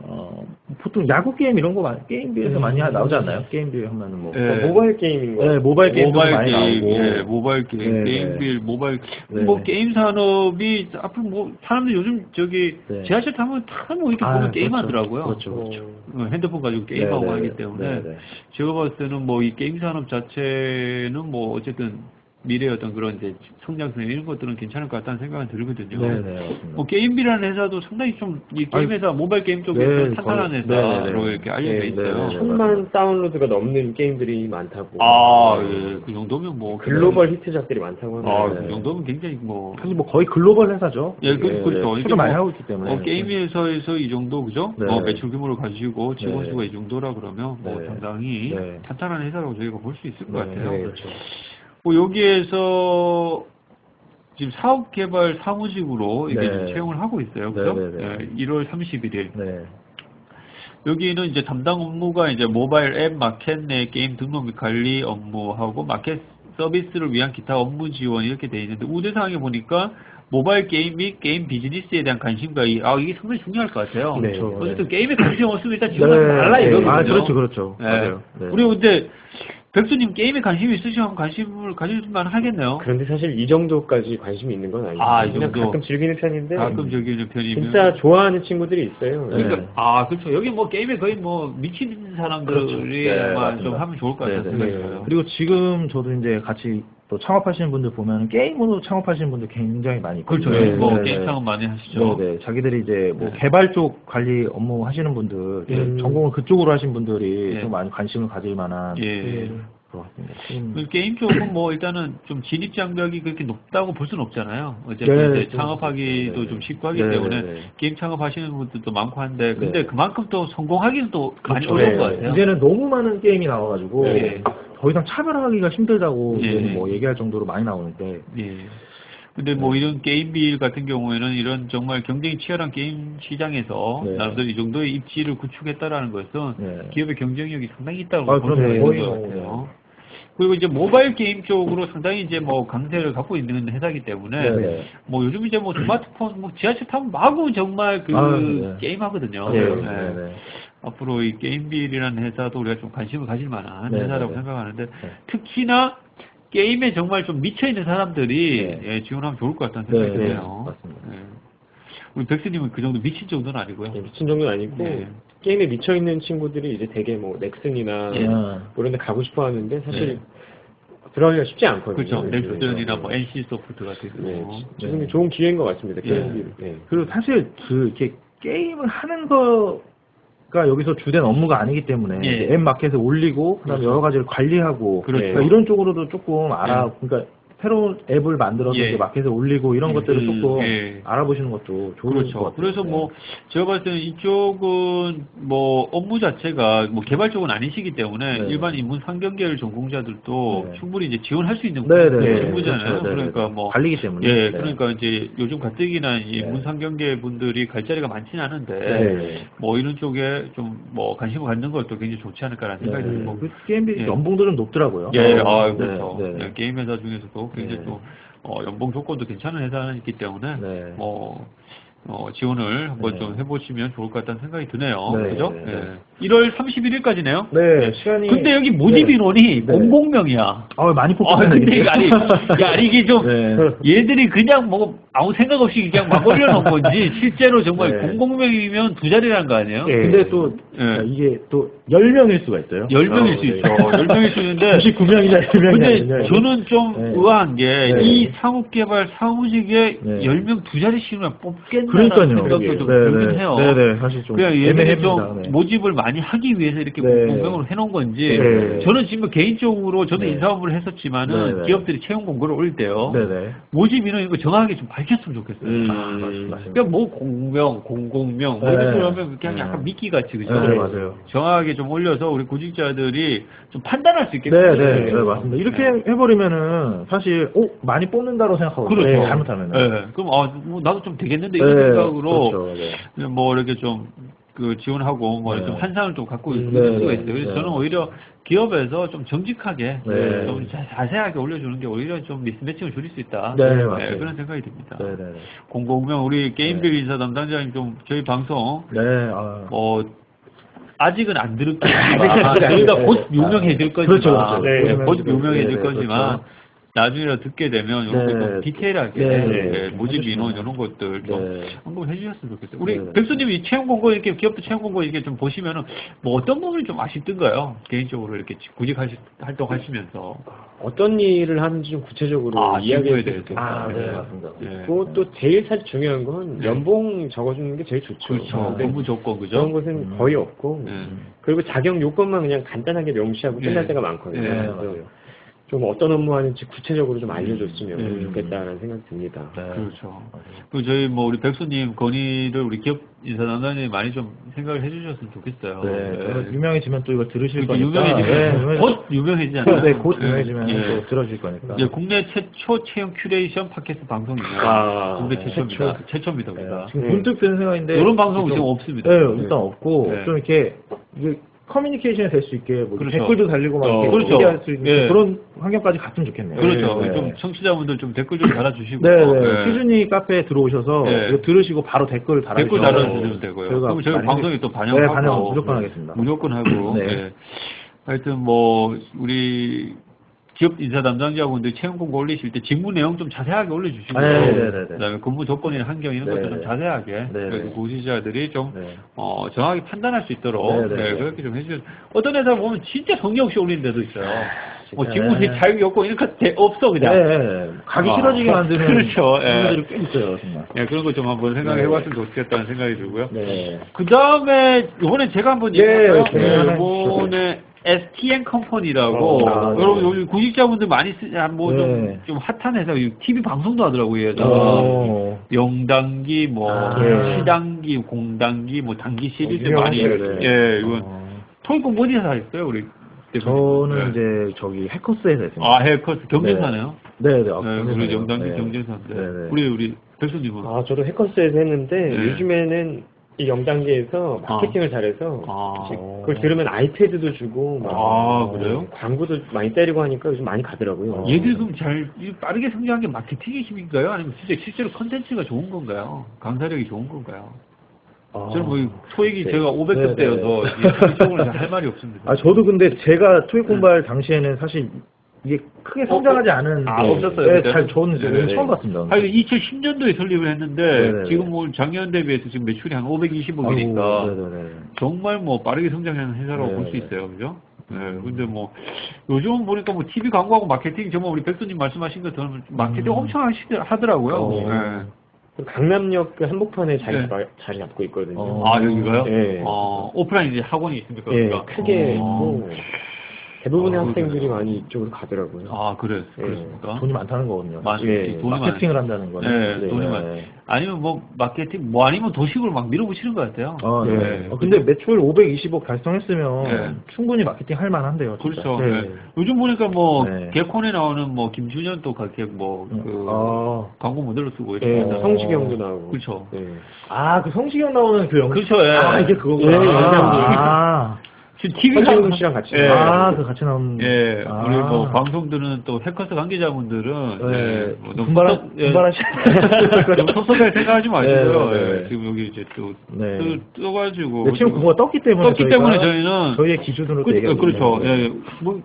Speaker 2: 어, 보통 야구 게임 이런 거 많이- 게임 비에서 많이 하- 나오지 않나요? 게임 비에 하면은 뭐
Speaker 1: 예.
Speaker 3: 어, 모바일 게임인 거.
Speaker 2: 네, 모바일 게임도
Speaker 1: 모바일
Speaker 2: 많이
Speaker 1: 게임,
Speaker 2: 나오고
Speaker 1: 예, 모바일 게임,
Speaker 2: 네, 네.
Speaker 1: 게임빌, 모바일
Speaker 2: 네.
Speaker 1: 뭐 게임 산업이 앞으로 뭐 사람들 요즘 저기
Speaker 2: 네.
Speaker 1: 지하철 타면 다뭐 이렇게
Speaker 2: 아,
Speaker 1: 보면
Speaker 2: 그렇죠.
Speaker 1: 게임하더라고요.
Speaker 2: 그렇죠.
Speaker 1: 어, 핸드폰 가지고 게임하고
Speaker 2: 네, 네,
Speaker 1: 하기
Speaker 2: 네.
Speaker 1: 때문에
Speaker 2: 네, 네.
Speaker 1: 제가 봤을 때는 뭐 이 게임 산업 자체는 뭐 어쨌든 미래의 어떤 그런 이제 성장성 이런 것들은 괜찮을 것 같다는 생각은 들거든요.
Speaker 2: 네, 네, 맞습니다.
Speaker 1: 뭐 게임비라는 회사도 상당히 좀 이 게임
Speaker 2: 아니,
Speaker 1: 회사 모바일 게임 쪽에
Speaker 2: 네,
Speaker 1: 좀 탄탄한
Speaker 2: 거의-
Speaker 1: 회사로
Speaker 2: 네, 네.
Speaker 1: 이렇게 알려져
Speaker 3: 네,
Speaker 1: 있어요.
Speaker 2: 네, 네.
Speaker 3: 천만 다운로드가 넘는 게임들이 많다고.
Speaker 1: 아,
Speaker 3: 네.
Speaker 1: 예, 그 정도면 뭐
Speaker 3: 글로벌 히트작들이 많다고
Speaker 1: 아,
Speaker 3: 합니다.
Speaker 1: 그
Speaker 3: 네.
Speaker 1: 정도면 굉장히 뭐
Speaker 2: 사실 뭐 거의 글로벌 회사죠.
Speaker 1: 예, 그- 그렇죠. 이게
Speaker 2: 출을 많이
Speaker 1: 뭐-
Speaker 2: 하고 있기 때문에.
Speaker 1: 어, 게임 회사에서 이 정도 그죠?
Speaker 2: 네.
Speaker 1: 어, 매출 규모를 가지고 직원
Speaker 2: 네.
Speaker 1: 수가 이 정도라 그러면 뭐
Speaker 2: 네.
Speaker 1: 상당히
Speaker 2: 네.
Speaker 1: 탄탄한 회사라고 저희가 볼 수 있을 것
Speaker 2: 네,
Speaker 1: 같아요.
Speaker 2: 네, 그렇죠.
Speaker 1: 뭐 여기에서 지금 사업개발 사무직으로 이게
Speaker 2: 네.
Speaker 1: 지금 채용을 하고 있어요. 그죠?
Speaker 2: 네, 네, 네.
Speaker 1: 예, 1월 31일.
Speaker 2: 네.
Speaker 1: 여기는 이제 담당 업무가 이제 모바일 앱 마켓 내 게임 등록 및 관리 업무하고 마켓 서비스를 위한 기타 업무 지원 이렇게 돼 있는데 우대 사항에 보니까 모바일 게임 및 게임 비즈니스에 대한 관심과 이, 아 이게 상당히 중요할 것 같아요.
Speaker 3: 네.
Speaker 2: 그렇죠.
Speaker 1: 어쨌든 게임에 관심 없으면 일단 지원하지 말라
Speaker 2: 네.
Speaker 1: 이거거든요.
Speaker 2: 아, 그렇죠, 그렇죠.
Speaker 1: 네.
Speaker 2: 맞아요. 네.
Speaker 1: 우리 근데 백수님 게임에 관심이 있으시면 관심을 가질만 하겠네요.
Speaker 3: 그런데 사실 이 정도까지 관심이 있는 건 아니에요.
Speaker 1: 아, 이
Speaker 3: 그냥
Speaker 1: 정도.
Speaker 3: 가끔 즐기는 편인데
Speaker 2: 네.
Speaker 1: 가끔 저기 이제 편이면
Speaker 3: 진짜 좋아하는 친구들이 있어요.
Speaker 1: 그러니까
Speaker 3: 네.
Speaker 1: 아 그렇죠 여기 뭐 게임에 거의 뭐 미친
Speaker 2: 그렇죠.
Speaker 1: 사람들이
Speaker 2: 네,
Speaker 1: 아마
Speaker 2: 맞습니다.
Speaker 1: 좀 하면 좋을 것 같아요.
Speaker 2: 네, 네.
Speaker 1: 생각해요.
Speaker 2: 그리고 지금 저도 이제 같이 또 창업하시는 분들 보면 게임으로 창업하시는 분들 굉장히 많이
Speaker 1: 그렇죠.
Speaker 2: 있거든요.
Speaker 1: 요즘 뭐
Speaker 2: 네,
Speaker 1: 게임
Speaker 2: 네.
Speaker 1: 창업 많이 하시죠.
Speaker 2: 네, 네. 자기들이 이제 뭐
Speaker 1: 네.
Speaker 2: 개발 쪽 관리 업무 하시는 분들, 이제
Speaker 3: 음.
Speaker 2: 전공을 그쪽으로 하신 분들이
Speaker 1: 예.
Speaker 2: 좀 많이 관심을 가질 만한 네.
Speaker 1: 예.
Speaker 2: 것 같습니다. 게임-
Speaker 1: 그 게임 쪽은 뭐 일단은 좀 진입 장벽이 그렇게 높다고 볼 수는 없잖아요. 어차피
Speaker 2: 네,
Speaker 1: 이제
Speaker 2: 좀-
Speaker 1: 창업하기도
Speaker 2: 네, 네.
Speaker 1: 좀 쉽고 하기
Speaker 2: 네,
Speaker 1: 때문에
Speaker 2: 네, 네.
Speaker 1: 게임 창업하시는 분들도 많고 한데 근데
Speaker 2: 네.
Speaker 1: 그만큼 또 성공하기는 또 많이
Speaker 2: 그렇죠.
Speaker 1: 어려운
Speaker 2: 네.
Speaker 1: 것 같아요.
Speaker 2: 이제는 너무 많은 게임이 나와가지고
Speaker 1: 예.
Speaker 2: 더 이상 차별하기가 힘들다고
Speaker 1: 예.
Speaker 2: 이제는 뭐 얘기할 정도로 많이 나오는데
Speaker 1: 예. 근데 뭐
Speaker 2: 네.
Speaker 1: 이런 게임 비일 같은 경우에는 이런 정말 경쟁이 치열한 게임 시장에서
Speaker 2: 네.
Speaker 1: 나름대로 이 정도의 입지를 구축했다라는 것은
Speaker 2: 네.
Speaker 1: 기업의 경쟁력이 상당히 있다고
Speaker 2: 아,
Speaker 1: 보는
Speaker 2: 그럼요.
Speaker 1: 거예요.
Speaker 2: 거의 뭐.
Speaker 1: 그리고 이제 모바일 게임 쪽으로 상당히 이제 뭐 강세를 갖고 있는 회사이기 때문에
Speaker 2: 네.
Speaker 1: 뭐 요즘 이제 뭐 스마트폰, 뭐 지하철 타면 마구 정말 그
Speaker 2: 아, 네.
Speaker 1: 게임 하거든요.
Speaker 2: 네,
Speaker 1: 네.
Speaker 2: 네, 네.
Speaker 1: 앞으로 이 게임빌이라는 회사도 우리가 좀 관심을 가질 만한
Speaker 2: 네,
Speaker 1: 회사라고
Speaker 2: 네, 네.
Speaker 1: 생각하는데
Speaker 2: 네.
Speaker 1: 특히나 게임에 정말 좀 미쳐있는 사람들이
Speaker 2: 네.
Speaker 1: 예, 지원하면 좋을 것 같다는 생각이
Speaker 2: 네, 네.
Speaker 1: 드네요.
Speaker 2: 맞습니다.
Speaker 1: 예. 우리 백스님은 그 정도 미친 정도는 아니고요.
Speaker 3: 네, 미친 정도는 아니고
Speaker 1: 네.
Speaker 3: 게임에 미쳐 있는 친구들이 이제 되게 뭐 넥슨이나
Speaker 2: 아.
Speaker 1: 예. 네.
Speaker 3: 뭐 이런 데 가고 싶어 하는데 사실 그러기가 쉽지 않거든요.
Speaker 1: 그렇죠.
Speaker 3: 네,
Speaker 1: 넥슨이나
Speaker 3: 그래서.
Speaker 1: 뭐 NC 소프트 같은
Speaker 3: 네,
Speaker 1: 경우.
Speaker 3: 지금 좋은 기회인 것 같습니다.
Speaker 1: 예.
Speaker 3: KBL. 네.
Speaker 2: 그리고 사실 그 이렇게 게임을 하는 거가 여기서 주된 업무가 아니기 때문에
Speaker 1: 예.
Speaker 2: 이제 앱 마켓에 올리고 그다음 에
Speaker 1: 그렇죠.
Speaker 2: 여러 가지를 관리하고
Speaker 1: 그렇죠.
Speaker 2: 그러니까 이런 쪽으로도 조금 알아 그러니까 새로운 앱을 만들어서
Speaker 1: 예.
Speaker 2: 이제 마켓에 올리고 이런 것들을
Speaker 1: 음,
Speaker 2: 조금
Speaker 1: 예.
Speaker 2: 알아보시는 것도 좋을 것
Speaker 1: 그렇죠.
Speaker 2: 같아요. 네.
Speaker 1: 그래서 뭐 제가 봤을 때는 이쪽은 뭐 업무 자체가 뭐 개발 쪽은 아니시기 때문에
Speaker 2: 네.
Speaker 1: 일반 인문 상경계열 전공자들도
Speaker 2: 네.
Speaker 1: 충분히 이제 지원할 수 있는
Speaker 2: 네네
Speaker 1: 그런
Speaker 3: 네,
Speaker 1: 직무잖아요.
Speaker 2: 그렇죠. 네네.
Speaker 1: 예, 그러니까 뭐
Speaker 2: 관리기 때문에
Speaker 1: 예,
Speaker 2: 네.
Speaker 1: 그러니까 이제 요즘 가뜩이나 이
Speaker 2: 네.
Speaker 1: 문상경계 분들이 갈 자리가 많진 않은데
Speaker 3: 네.
Speaker 1: 뭐 이런 쪽에 좀 뭐 관심을 갖는 것도 굉장히 좋지 않을까라는 생각이
Speaker 2: 네.
Speaker 1: 들고
Speaker 2: 그 게임들이
Speaker 1: 예.
Speaker 2: 연봉도 좀 높더라고요.
Speaker 1: 예,
Speaker 2: 어,
Speaker 1: 아,
Speaker 2: 네,
Speaker 1: 그렇죠.
Speaker 2: 네.
Speaker 1: 예, 게임 회사 중에서도 굉장히
Speaker 2: 네.
Speaker 1: 또 어, 연봉 조건도 괜찮은 회사이기 때문에
Speaker 2: 네.
Speaker 1: 뭐 어, 지원을 한번
Speaker 2: 네.
Speaker 1: 좀 해보시면 좋을 것 같다는 생각이 드네요.
Speaker 2: 네,
Speaker 1: 그죠?
Speaker 2: 네,
Speaker 1: 예. 1월 31일까지네요.
Speaker 2: 네, 시간이
Speaker 1: 근데 여기 모집
Speaker 2: 네.
Speaker 1: 인원이
Speaker 2: 네.
Speaker 1: 공복명이야.
Speaker 2: 아, 많이 뽑혔
Speaker 1: 아, 근데 이거 아니, 야, 아니, 이게 좀
Speaker 2: 네.
Speaker 1: 얘들이 그냥 뭐 아무 생각 없이 그냥 막 올려놓은 건지 실제로 정말
Speaker 2: 네.
Speaker 1: 공공명이면 두 자리라는 거 아니에요?
Speaker 3: 예.
Speaker 2: 근데 또
Speaker 1: 예.
Speaker 2: 이게 또 10명일 수가 있어요.
Speaker 1: 열 10명일
Speaker 3: 어,
Speaker 1: 수
Speaker 3: 네.
Speaker 1: 있죠. 10명일 수 있는데
Speaker 2: 99명이나 10명이나
Speaker 1: 근데 저는 좀
Speaker 2: 네.
Speaker 1: 의아한 게
Speaker 2: 네.
Speaker 1: 이 산업개발 사무직에
Speaker 2: 네.
Speaker 1: 10명 두 자리씩만 뽑겠다는
Speaker 2: 그러니까요.
Speaker 1: 생각도 좀
Speaker 2: 네,
Speaker 1: 들긴
Speaker 2: 네.
Speaker 1: 해요.
Speaker 2: 네, 네. 사실 좀
Speaker 1: 그냥 얘네는
Speaker 2: 애매합니다.
Speaker 1: 좀
Speaker 2: 네.
Speaker 1: 모집을 많이 하기 위해서 이렇게
Speaker 2: 네.
Speaker 1: 공명으로 해놓은 건지
Speaker 2: 네.
Speaker 1: 저는 지금 개인적으로 저도
Speaker 2: 네.
Speaker 1: 인사업을 했었지만은
Speaker 2: 네, 네.
Speaker 1: 기업들이 채용 공고를 올릴 때요
Speaker 2: 네, 아, 네.
Speaker 1: 모집 인원 이거 정확하게 좀 밝혔으면 좋겠어요.
Speaker 3: 음.
Speaker 1: 그러니까 뭐 공명, 공공명 뭐
Speaker 2: 네.
Speaker 1: 이런 식으로 하면 그냥
Speaker 2: 음.
Speaker 1: 약간 미끼같이 그죠?
Speaker 2: 네, 맞아요.
Speaker 1: 정확하게 좀 올려서 우리 고직자들이 좀 판단할 수 있게
Speaker 2: 네, 네, 네, 맞습니다. 이렇게 해버리면은 사실 어 많이 뽑는다로 생각하고
Speaker 1: 그렇죠.
Speaker 2: 네, 잘못하면
Speaker 1: 네. 그럼 아, 뭐 나도 좀 되겠는데 이런 생각으로
Speaker 2: 그렇죠. 네.
Speaker 1: 뭐 이렇게 좀 그 지원하고 뭐
Speaker 2: 네.
Speaker 1: 좀 환상을 좀 갖고
Speaker 2: 음,
Speaker 1: 있을
Speaker 2: 네,
Speaker 1: 수가
Speaker 2: 네,
Speaker 1: 있어요. 그래서
Speaker 2: 네.
Speaker 1: 저는 오히려 기업에서 좀 정직하게
Speaker 2: 네.
Speaker 1: 좀 자- 자세하게 올려주는 게 오히려 좀 미스매칭을 줄일 수 있다.
Speaker 2: 네, 맞아요.
Speaker 1: 그런 생각이 듭니다.
Speaker 2: 네, 네, 네.
Speaker 1: 공공명 우리 게임빌 인사 담당자님 좀 저희 방송
Speaker 2: 네, 아.
Speaker 1: 뭐 아직은 안 들을
Speaker 2: 아직은
Speaker 1: 거지만
Speaker 2: 안 들을
Speaker 1: 저희가
Speaker 2: 거예요.
Speaker 1: 곧 유명해질 거지만
Speaker 2: 그렇죠, 그렇죠.
Speaker 3: 네,
Speaker 1: 곧-
Speaker 2: 네,
Speaker 1: 곧
Speaker 2: 그렇죠.
Speaker 1: 유명해질
Speaker 2: 네, 네,
Speaker 1: 거지만
Speaker 2: 그렇죠.
Speaker 1: 나중이라 듣게 되면 이런
Speaker 2: 네.
Speaker 1: 것도 디테일하게
Speaker 2: 네, 네.
Speaker 1: 이렇게 모집
Speaker 2: 해주시면.
Speaker 1: 인원 이런 것들 좀
Speaker 2: 네.
Speaker 1: 언급을 해주셨으면 좋겠어요. 우리
Speaker 2: 네, 네.
Speaker 1: 백수님이 이 채용 공고 이렇게 기업도 채용 공고 이렇게 좀 보시면은 뭐 어떤 부분이 좀 아쉽던가요? 개인적으로 이렇게 구직하시 활동하시면서
Speaker 3: 어떤 일을 하는지 좀 구체적으로
Speaker 1: 아, 진도에
Speaker 3: 이야기해
Speaker 1: 대해서.
Speaker 3: 주세요.
Speaker 2: 아, 네,
Speaker 1: 네.
Speaker 2: 맞습니다.
Speaker 1: 예.
Speaker 3: 그리고 또 제일 사실 중요한 건
Speaker 1: 네.
Speaker 3: 연봉 적어주는 게 제일 좋죠.
Speaker 1: 그렇죠.
Speaker 2: 네.
Speaker 3: 근데
Speaker 1: 근무 조건
Speaker 3: 그런
Speaker 1: 그죠?
Speaker 3: 곳은
Speaker 2: 음.
Speaker 3: 거의 없고
Speaker 1: 예.
Speaker 3: 그리고 자격 요건만 그냥 간단하게 명시하고 끝날
Speaker 1: 예.
Speaker 3: 때가 많거든요.
Speaker 1: 예,
Speaker 3: 그래서
Speaker 2: 맞아요.
Speaker 3: 좀 어떤 업무 하는지 구체적으로 좀 알려줬으면
Speaker 1: 음.
Speaker 3: 좋겠다라는 생각이 듭니다.
Speaker 2: 네.
Speaker 1: 그렇죠. 그 저희 뭐 우리 백수님 건의를 우리 기업 인사 담당자님 많이 좀 생각을 해주셨으면 좋겠어요.
Speaker 2: 네,
Speaker 1: 예.
Speaker 2: 또 유명해지면 또 이거 들으실
Speaker 1: 이렇게
Speaker 2: 거니까.
Speaker 1: 유명해지면 어,
Speaker 2: 네,
Speaker 1: 곧 유명해지지 않나요?
Speaker 2: 네, 곧
Speaker 1: 예.
Speaker 2: 유명해지면
Speaker 1: 예.
Speaker 2: 또 들어주실 거니까.
Speaker 1: 이제 국내 최초 채용 큐레이션 팟캐스트 방송입니다.
Speaker 3: 아,
Speaker 1: 국내
Speaker 2: 네.
Speaker 1: 최초입니다. 최초. 입니다
Speaker 2: 네,
Speaker 1: 우리가.
Speaker 2: 지금
Speaker 3: 네.
Speaker 2: 문득 드는 생각인데.
Speaker 1: 이런 방송은
Speaker 2: 좀-
Speaker 1: 지금 없습니다.
Speaker 2: 네, 일단 없고
Speaker 1: 네.
Speaker 2: 좀 이렇게 이게 커뮤니케이션이 될 수 있게 뭐
Speaker 1: 그렇죠.
Speaker 2: 댓글도 달리고 막
Speaker 1: 어,
Speaker 2: 이렇게
Speaker 1: 그렇죠.
Speaker 2: 얘기할 수 있는
Speaker 1: 예.
Speaker 2: 그런 환경까지 갔으면 좋겠네요.
Speaker 1: 그렇죠.
Speaker 2: 네.
Speaker 1: 좀 청취자분들 좀 댓글 좀 달아주시고.
Speaker 2: 네,
Speaker 1: 예.
Speaker 2: 네. 시준이 카페에 들어오셔서
Speaker 1: 예.
Speaker 2: 이거 들으시고 바로 댓글
Speaker 1: 댓글
Speaker 2: 달아주시면
Speaker 1: 달아주시면 되고요. 그럼 저희 방송에 또 반영하고.
Speaker 2: 네, 반영 무조건 하겠습니다.
Speaker 1: 무조건 하고.
Speaker 2: 네.
Speaker 1: 예. 하여튼 뭐 우리 기업 인사 담당자분들 채용 공고 올리실 때 직무 내용 좀 자세하게 올려주시고,
Speaker 2: 네, 네, 네, 네.
Speaker 1: 그다음에 근무 조건이나 환경 이런
Speaker 2: 네,
Speaker 1: 것들 좀
Speaker 2: 네.
Speaker 1: 자세하게
Speaker 2: 네,
Speaker 1: 그래도
Speaker 2: 네.
Speaker 1: 고시자들이 좀
Speaker 2: 네.
Speaker 1: 어, 정확히 판단할 수 있도록
Speaker 2: 네, 네,
Speaker 1: 네,
Speaker 2: 네.
Speaker 1: 그렇게 좀 해주셔서 어떤 회사 보면 진짜 성의 없이 올리는 데도 있어요. 뭐
Speaker 2: 아, 진짜.
Speaker 1: 직무 대 자유 없고 이런 거 대- 없어 그냥.
Speaker 2: 네, 가기
Speaker 1: 어.
Speaker 2: 싫어지게 만드는
Speaker 1: 그렇죠, 예.
Speaker 2: 분들이 꽤 있어요, 정말.
Speaker 1: 예, 그런 거 좀 한번 생각해 봤으면 좋겠다는 생각이 들고요.
Speaker 2: 네.
Speaker 1: 그 다음에 요번에 제가 한번
Speaker 2: 네,
Speaker 1: 얘기할까요?
Speaker 2: 네,
Speaker 1: 네,
Speaker 2: 네.
Speaker 1: 요번에 STN 컴퍼니라고
Speaker 2: 어, 아, 네.
Speaker 1: 여러분 요즘 구직자분들 많이 쓰뭐좀좀
Speaker 2: 네.
Speaker 1: 핫한 회사 TV 방송도 하더라고요. 얘가.
Speaker 2: 어.
Speaker 1: 영단기 뭐
Speaker 2: 아,
Speaker 3: 네.
Speaker 1: 시단기, 공단기 뭐 단기 시리즈
Speaker 3: 어,
Speaker 1: 많이
Speaker 3: 유명하죠, 네.
Speaker 1: 예, 이건
Speaker 2: 어.
Speaker 1: 토익은 어디 회사 했어요, 우리? 대표님?
Speaker 2: 저는
Speaker 1: 네.
Speaker 2: 이제 저기 해커스에서 했습니다.
Speaker 1: 아, 해커스 경쟁사네요.
Speaker 2: 네, 네. 아,
Speaker 1: 네,
Speaker 2: 경쟁사네요.
Speaker 1: 우리 영단기
Speaker 2: 네.
Speaker 1: 경쟁사인데.
Speaker 2: 네, 네.
Speaker 1: 우리 우리 백수님은
Speaker 3: 아, 저도 해커스에서 했는데
Speaker 1: 네.
Speaker 3: 요즘에는 이 영단계에서 마케팅을 잘해서
Speaker 1: 아.
Speaker 3: 그걸 들으면 아이패드도 주고 막 네,
Speaker 1: 아, 그래요? 아.
Speaker 3: 광고도 많이 때리고 하니까 요즘 많이 가더라고요.
Speaker 2: 어.
Speaker 1: 얘들 그럼 잘 이- 빠르게 성장한 게 마케팅의 힘인가요? 아니면 진짜 실제로 컨텐츠가 좋은 건가요? 강사력이 좋은 건가요?
Speaker 3: 아,
Speaker 1: 저는 거의 토익이
Speaker 3: 네.
Speaker 1: 제가 500점
Speaker 2: 네, 네.
Speaker 1: 대여서 이쪽을 잘할 말이 없습니다.
Speaker 2: 아, 저도 근데 제가 토익 공부할 당시에는 사실 이게 크게 성장하지 않은.
Speaker 1: 아,
Speaker 2: 네.
Speaker 1: 네. 어, 없었어요,
Speaker 2: 네,
Speaker 1: 그때는?
Speaker 2: 잘, 저는
Speaker 1: 네, 네.
Speaker 2: 처음 봤습니다.
Speaker 1: 하여튼 2010년도에 설립을 했는데
Speaker 2: 네, 네, 네.
Speaker 1: 지금 뭐 작년 대비해서 지금 매출이 한
Speaker 2: 아이고,
Speaker 1: 520억이니까
Speaker 2: 네, 네, 네.
Speaker 1: 정말 뭐 빠르게 성장하는 회사라고
Speaker 2: 네, 음.
Speaker 1: 볼 수
Speaker 2: 네.
Speaker 1: 있어요, 그죠? 네, 근데 뭐 요즘 보니까 뭐 TV 광고하고 마케팅 정말 우리 백수님 말씀하신 것처럼 마케팅
Speaker 2: 음.
Speaker 1: 엄청 하시- 하더라고요.
Speaker 2: 어.
Speaker 1: 네.
Speaker 3: 그 강남역 그 한복판에 자리
Speaker 1: 네.
Speaker 3: 잡아- 자리 잡고 있거든요.
Speaker 2: 어.
Speaker 1: 아 여기가요?
Speaker 3: 예.
Speaker 1: 어, 오프라인 이제 학원이 있습니까?
Speaker 3: 예,
Speaker 1: 그러니까?
Speaker 3: 크게 뭐
Speaker 1: 어.
Speaker 3: 있고 대부분의
Speaker 1: 아,
Speaker 3: 학생들이
Speaker 1: 그러게요.
Speaker 3: 많이 이쪽으로 가더라고요.
Speaker 1: 아 그래
Speaker 3: 예.
Speaker 1: 그렇습니까?
Speaker 2: 돈이 많다는 거거든요.
Speaker 1: 많-
Speaker 3: 예,
Speaker 1: 돈이 많.
Speaker 2: 마케팅을 한다는 거는.
Speaker 1: 네, 돈이 많. 아니면 뭐 마케팅 뭐 아니면 도식으로 막 밀어붙이는 것 같아요.
Speaker 2: 아, 네.
Speaker 1: 네.
Speaker 2: 어, 근데 매출 520억 달성했으면
Speaker 1: 네.
Speaker 2: 충분히 마케팅 할 만한데요. 진짜.
Speaker 1: 그렇죠.
Speaker 3: 네.
Speaker 1: 네. 요즘 보니까 뭐
Speaker 2: 네.
Speaker 1: 개콘에 나오는 뭐 김준현 또 그렇게
Speaker 2: 음,
Speaker 1: 뭐그
Speaker 2: 아,
Speaker 1: 광고 모델로 쓰고
Speaker 3: 예,
Speaker 1: 이렇게 어.
Speaker 3: 성시경도 나오고.
Speaker 1: 그렇죠.
Speaker 3: 예.
Speaker 2: 아, 그 성시경 나오는 그 영.
Speaker 1: 그렇죠. 예. 그
Speaker 3: 아, 이게 그거구나.
Speaker 2: 아,
Speaker 3: 예,
Speaker 2: 아,
Speaker 1: 지금 TV
Speaker 3: 선진국
Speaker 1: 상-
Speaker 3: 씨랑 같이.
Speaker 1: 예.
Speaker 2: 아, 그 같이 나온.
Speaker 1: 예,
Speaker 2: 아.
Speaker 1: 우리 뭐 방송들은 또 해커스 관계자분들은
Speaker 2: 네.
Speaker 1: 뭐 너무
Speaker 2: 분발하,
Speaker 1: 섭섭- 예,
Speaker 2: 분발하시.
Speaker 1: 너무 그러니까 섭섭해 생각하지 마시고요.
Speaker 2: 네, 네, 네.
Speaker 1: 예, 지금 여기 이제 또
Speaker 2: 네.
Speaker 1: 뜨- 떠가지고
Speaker 2: 네, 지금 그거 떴기 때문에.
Speaker 1: 떴기
Speaker 2: 저희가
Speaker 1: 때문에 저희는
Speaker 2: 저희의 기준으로
Speaker 1: 그,
Speaker 2: 얘기하고
Speaker 1: 렇죠
Speaker 2: 있는 거예요.
Speaker 1: 뭐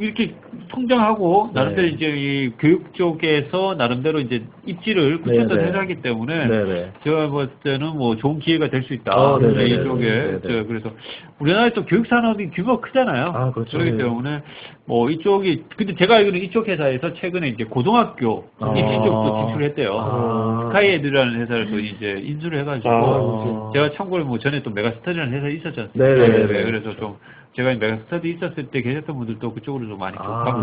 Speaker 1: 이렇게 성장하고
Speaker 2: 네.
Speaker 1: 나름대로 이제 이 교육 쪽에서 나름대로 이제 입지를
Speaker 2: 네,
Speaker 1: 굳혔던
Speaker 2: 네.
Speaker 1: 회사이기 때문에
Speaker 2: 네, 네.
Speaker 1: 제가 봤을 때는 뭐 좋은 기회가 될 수 있다.
Speaker 2: 아, 네네,
Speaker 1: 저희
Speaker 2: 네네,
Speaker 1: 쪽에.
Speaker 2: 네네.
Speaker 1: 저 그래서 우리나라에 또 교육 산업이 규모가 크잖아요.
Speaker 2: 아, 그렇죠.
Speaker 1: 그렇기
Speaker 2: 네.
Speaker 1: 때문에 뭐 이쪽이 근데 제가 알기로는 이쪽 회사에서 최근에 이제 고등학교
Speaker 2: 아.
Speaker 1: 입시 쪽도 진출을 했대요.
Speaker 2: 아.
Speaker 1: 스카이에드라는 회사를 또 이제 인수를 해가지고
Speaker 3: 아,
Speaker 1: 제가 참고로 뭐 전에 또 메가스터디라는 회사 있었지 않습니까?
Speaker 2: 네네네.
Speaker 1: 네, 그래서 좀 제가 메가스터디 있었을 때 계셨던 분들도 그쪽으로 좀 많이
Speaker 2: 아.
Speaker 1: 가고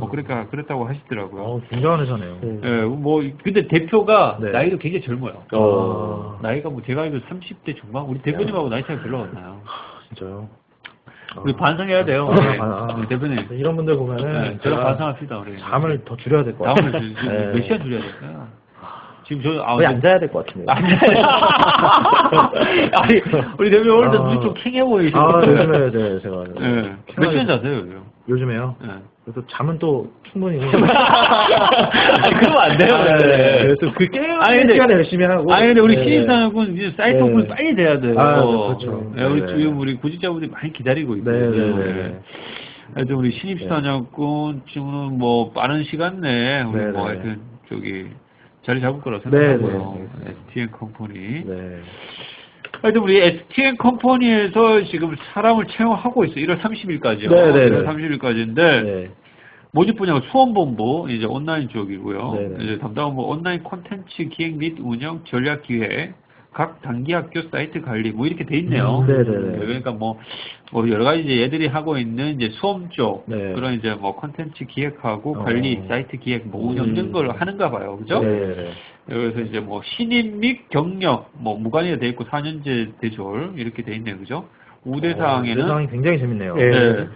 Speaker 1: 뭐 그러니까 그렇다고 하시더라고요.
Speaker 2: 어, 굉장한 회사네요.
Speaker 3: 예.
Speaker 1: 예, 뭐 근데 대표가
Speaker 2: 네.
Speaker 1: 나이도 굉장히 젊어요.
Speaker 3: 어.
Speaker 1: 나이가 뭐 제가 알기로 30대 중반 우리 대표님하고 나이 차이 별로 안 나요.
Speaker 2: 진짜요?
Speaker 1: 우리 반성해야 돼요.
Speaker 2: 아,
Speaker 1: 네.
Speaker 2: 아, 아.
Speaker 1: 대표님.
Speaker 2: 이런 분들 보면은
Speaker 1: 네, 제가 반성합시다 우리.
Speaker 2: 잠을 더 줄여야 될 것 같아요.
Speaker 1: 잠을 지금
Speaker 2: 네.
Speaker 1: 몇 시간 줄여야 될까요? 지금 저 아,
Speaker 2: 거의 앉아야 될 것 같은데.
Speaker 1: 아니, 아니, 우리 대표님 오늘도
Speaker 2: 아.
Speaker 1: 눈좀 캥해 보이시고.
Speaker 2: 아, 요즘에 네, 제가
Speaker 1: 예. 몇 시간 자세요 요즘?
Speaker 2: 요즘에요.
Speaker 1: 예.
Speaker 2: 그래서 잠은 또 충분히.
Speaker 1: 아니, 그러면 안 돼요.
Speaker 2: 아, 네, 네.
Speaker 1: 네.
Speaker 2: 그래서 그 게임
Speaker 1: 아니,
Speaker 2: 하는
Speaker 1: 근데-
Speaker 2: 시간에 열심히 하고.
Speaker 1: 아니 근데 우리
Speaker 2: 네.
Speaker 1: 신입사원은 이제 사이트
Speaker 2: 네.
Speaker 1: 오픈을 빨리 돼야 돼요.
Speaker 2: 아, 네, 그렇죠.
Speaker 1: 예, 우리
Speaker 2: 네.
Speaker 1: 지금 우리 구직자분들이 많이 기다리고 있고.
Speaker 2: 네, 네, 네.
Speaker 1: 하여튼 우리 신입사원군 지금은 뭐 빠른 시간 내에 우리
Speaker 2: 네,
Speaker 1: 뭐
Speaker 2: 네.
Speaker 1: 하여튼 저기 자리 잡을 거라고
Speaker 2: 네,
Speaker 1: 생각하고요. STN 컴퍼니.
Speaker 2: 네.
Speaker 1: 하여튼 우리 STN 컴퍼니에서 지금 사람을 채용하고 있어요. 1월 30일까지요.
Speaker 2: 네, 네,
Speaker 1: 1월
Speaker 2: 네.
Speaker 1: 30일까지인데
Speaker 2: 네.
Speaker 1: 모집 분야가 수험본부 이제 온라인 쪽이고요.
Speaker 2: 네네.
Speaker 1: 이제 담당은 뭐 온라인 콘텐츠 기획 및 운영 전략 기획, 각 단기 학교 사이트 관리 뭐 이렇게 돼 있네요.
Speaker 2: 음,
Speaker 1: 네,
Speaker 2: 네네네.
Speaker 1: 그러니까 뭐, 뭐 여러 가지 이제 얘들이 하고 있는 이제 수험 쪽
Speaker 2: 네.
Speaker 1: 그런 이제 뭐 콘텐츠 기획하고
Speaker 2: 어.
Speaker 1: 관리 사이트 기획 뭐 운영
Speaker 2: 음.
Speaker 1: 이런 걸 하는가 봐요. 그죠?
Speaker 2: 네, 네.
Speaker 1: 그래서 이제 뭐 신입 및 경력 뭐 무관이가 돼 있고 4년제 대졸 이렇게 돼 있네요. 그죠? 우대
Speaker 2: 어,
Speaker 1: 사항에는
Speaker 2: 대상이 굉장히 재밌네요.
Speaker 3: 예.
Speaker 1: 네.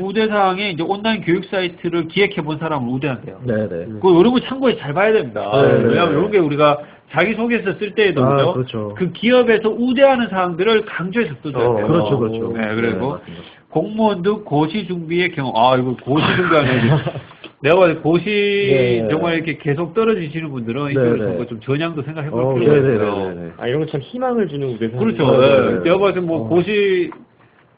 Speaker 1: 우대사항에 이제 온라인 교육 사이트를 기획해 본 사람을 우대한대요.
Speaker 2: 네, 네.
Speaker 1: 그 이런 거 참고해 잘 봐야 됩니다.
Speaker 2: 네, 네,
Speaker 1: 왜냐하면
Speaker 2: 네.
Speaker 1: 이런 게 우리가 자기 소개서 쓸 때에도
Speaker 2: 아,
Speaker 1: 그죠?
Speaker 2: 그렇죠.
Speaker 1: 그 기업에서 우대하는 사항들을 강조해서 써줘야 돼요.
Speaker 3: 어,
Speaker 2: 그렇죠, 그렇죠.
Speaker 1: 네, 그리고
Speaker 2: 네, 맞습니다.
Speaker 1: 공무원 등 고시 준비의 경험. 아, 이거 고시 준비하는 거. 내가 봤을 때 고시
Speaker 2: 네.
Speaker 1: 정말 이렇게 계속 떨어지시는 분들은
Speaker 2: 네,
Speaker 1: 이거를
Speaker 2: 네.
Speaker 1: 좀좀 전향도 생각해 볼
Speaker 2: 어, 네,
Speaker 1: 필요가
Speaker 2: 네,
Speaker 1: 있어요.
Speaker 2: 네, 네.
Speaker 3: 아, 이런 거 참 희망을 주는 우대사. 예.
Speaker 1: 그렇죠. 네.
Speaker 2: 네, 네.
Speaker 1: 내가 봤을 때 뭐
Speaker 2: 어.
Speaker 1: 고시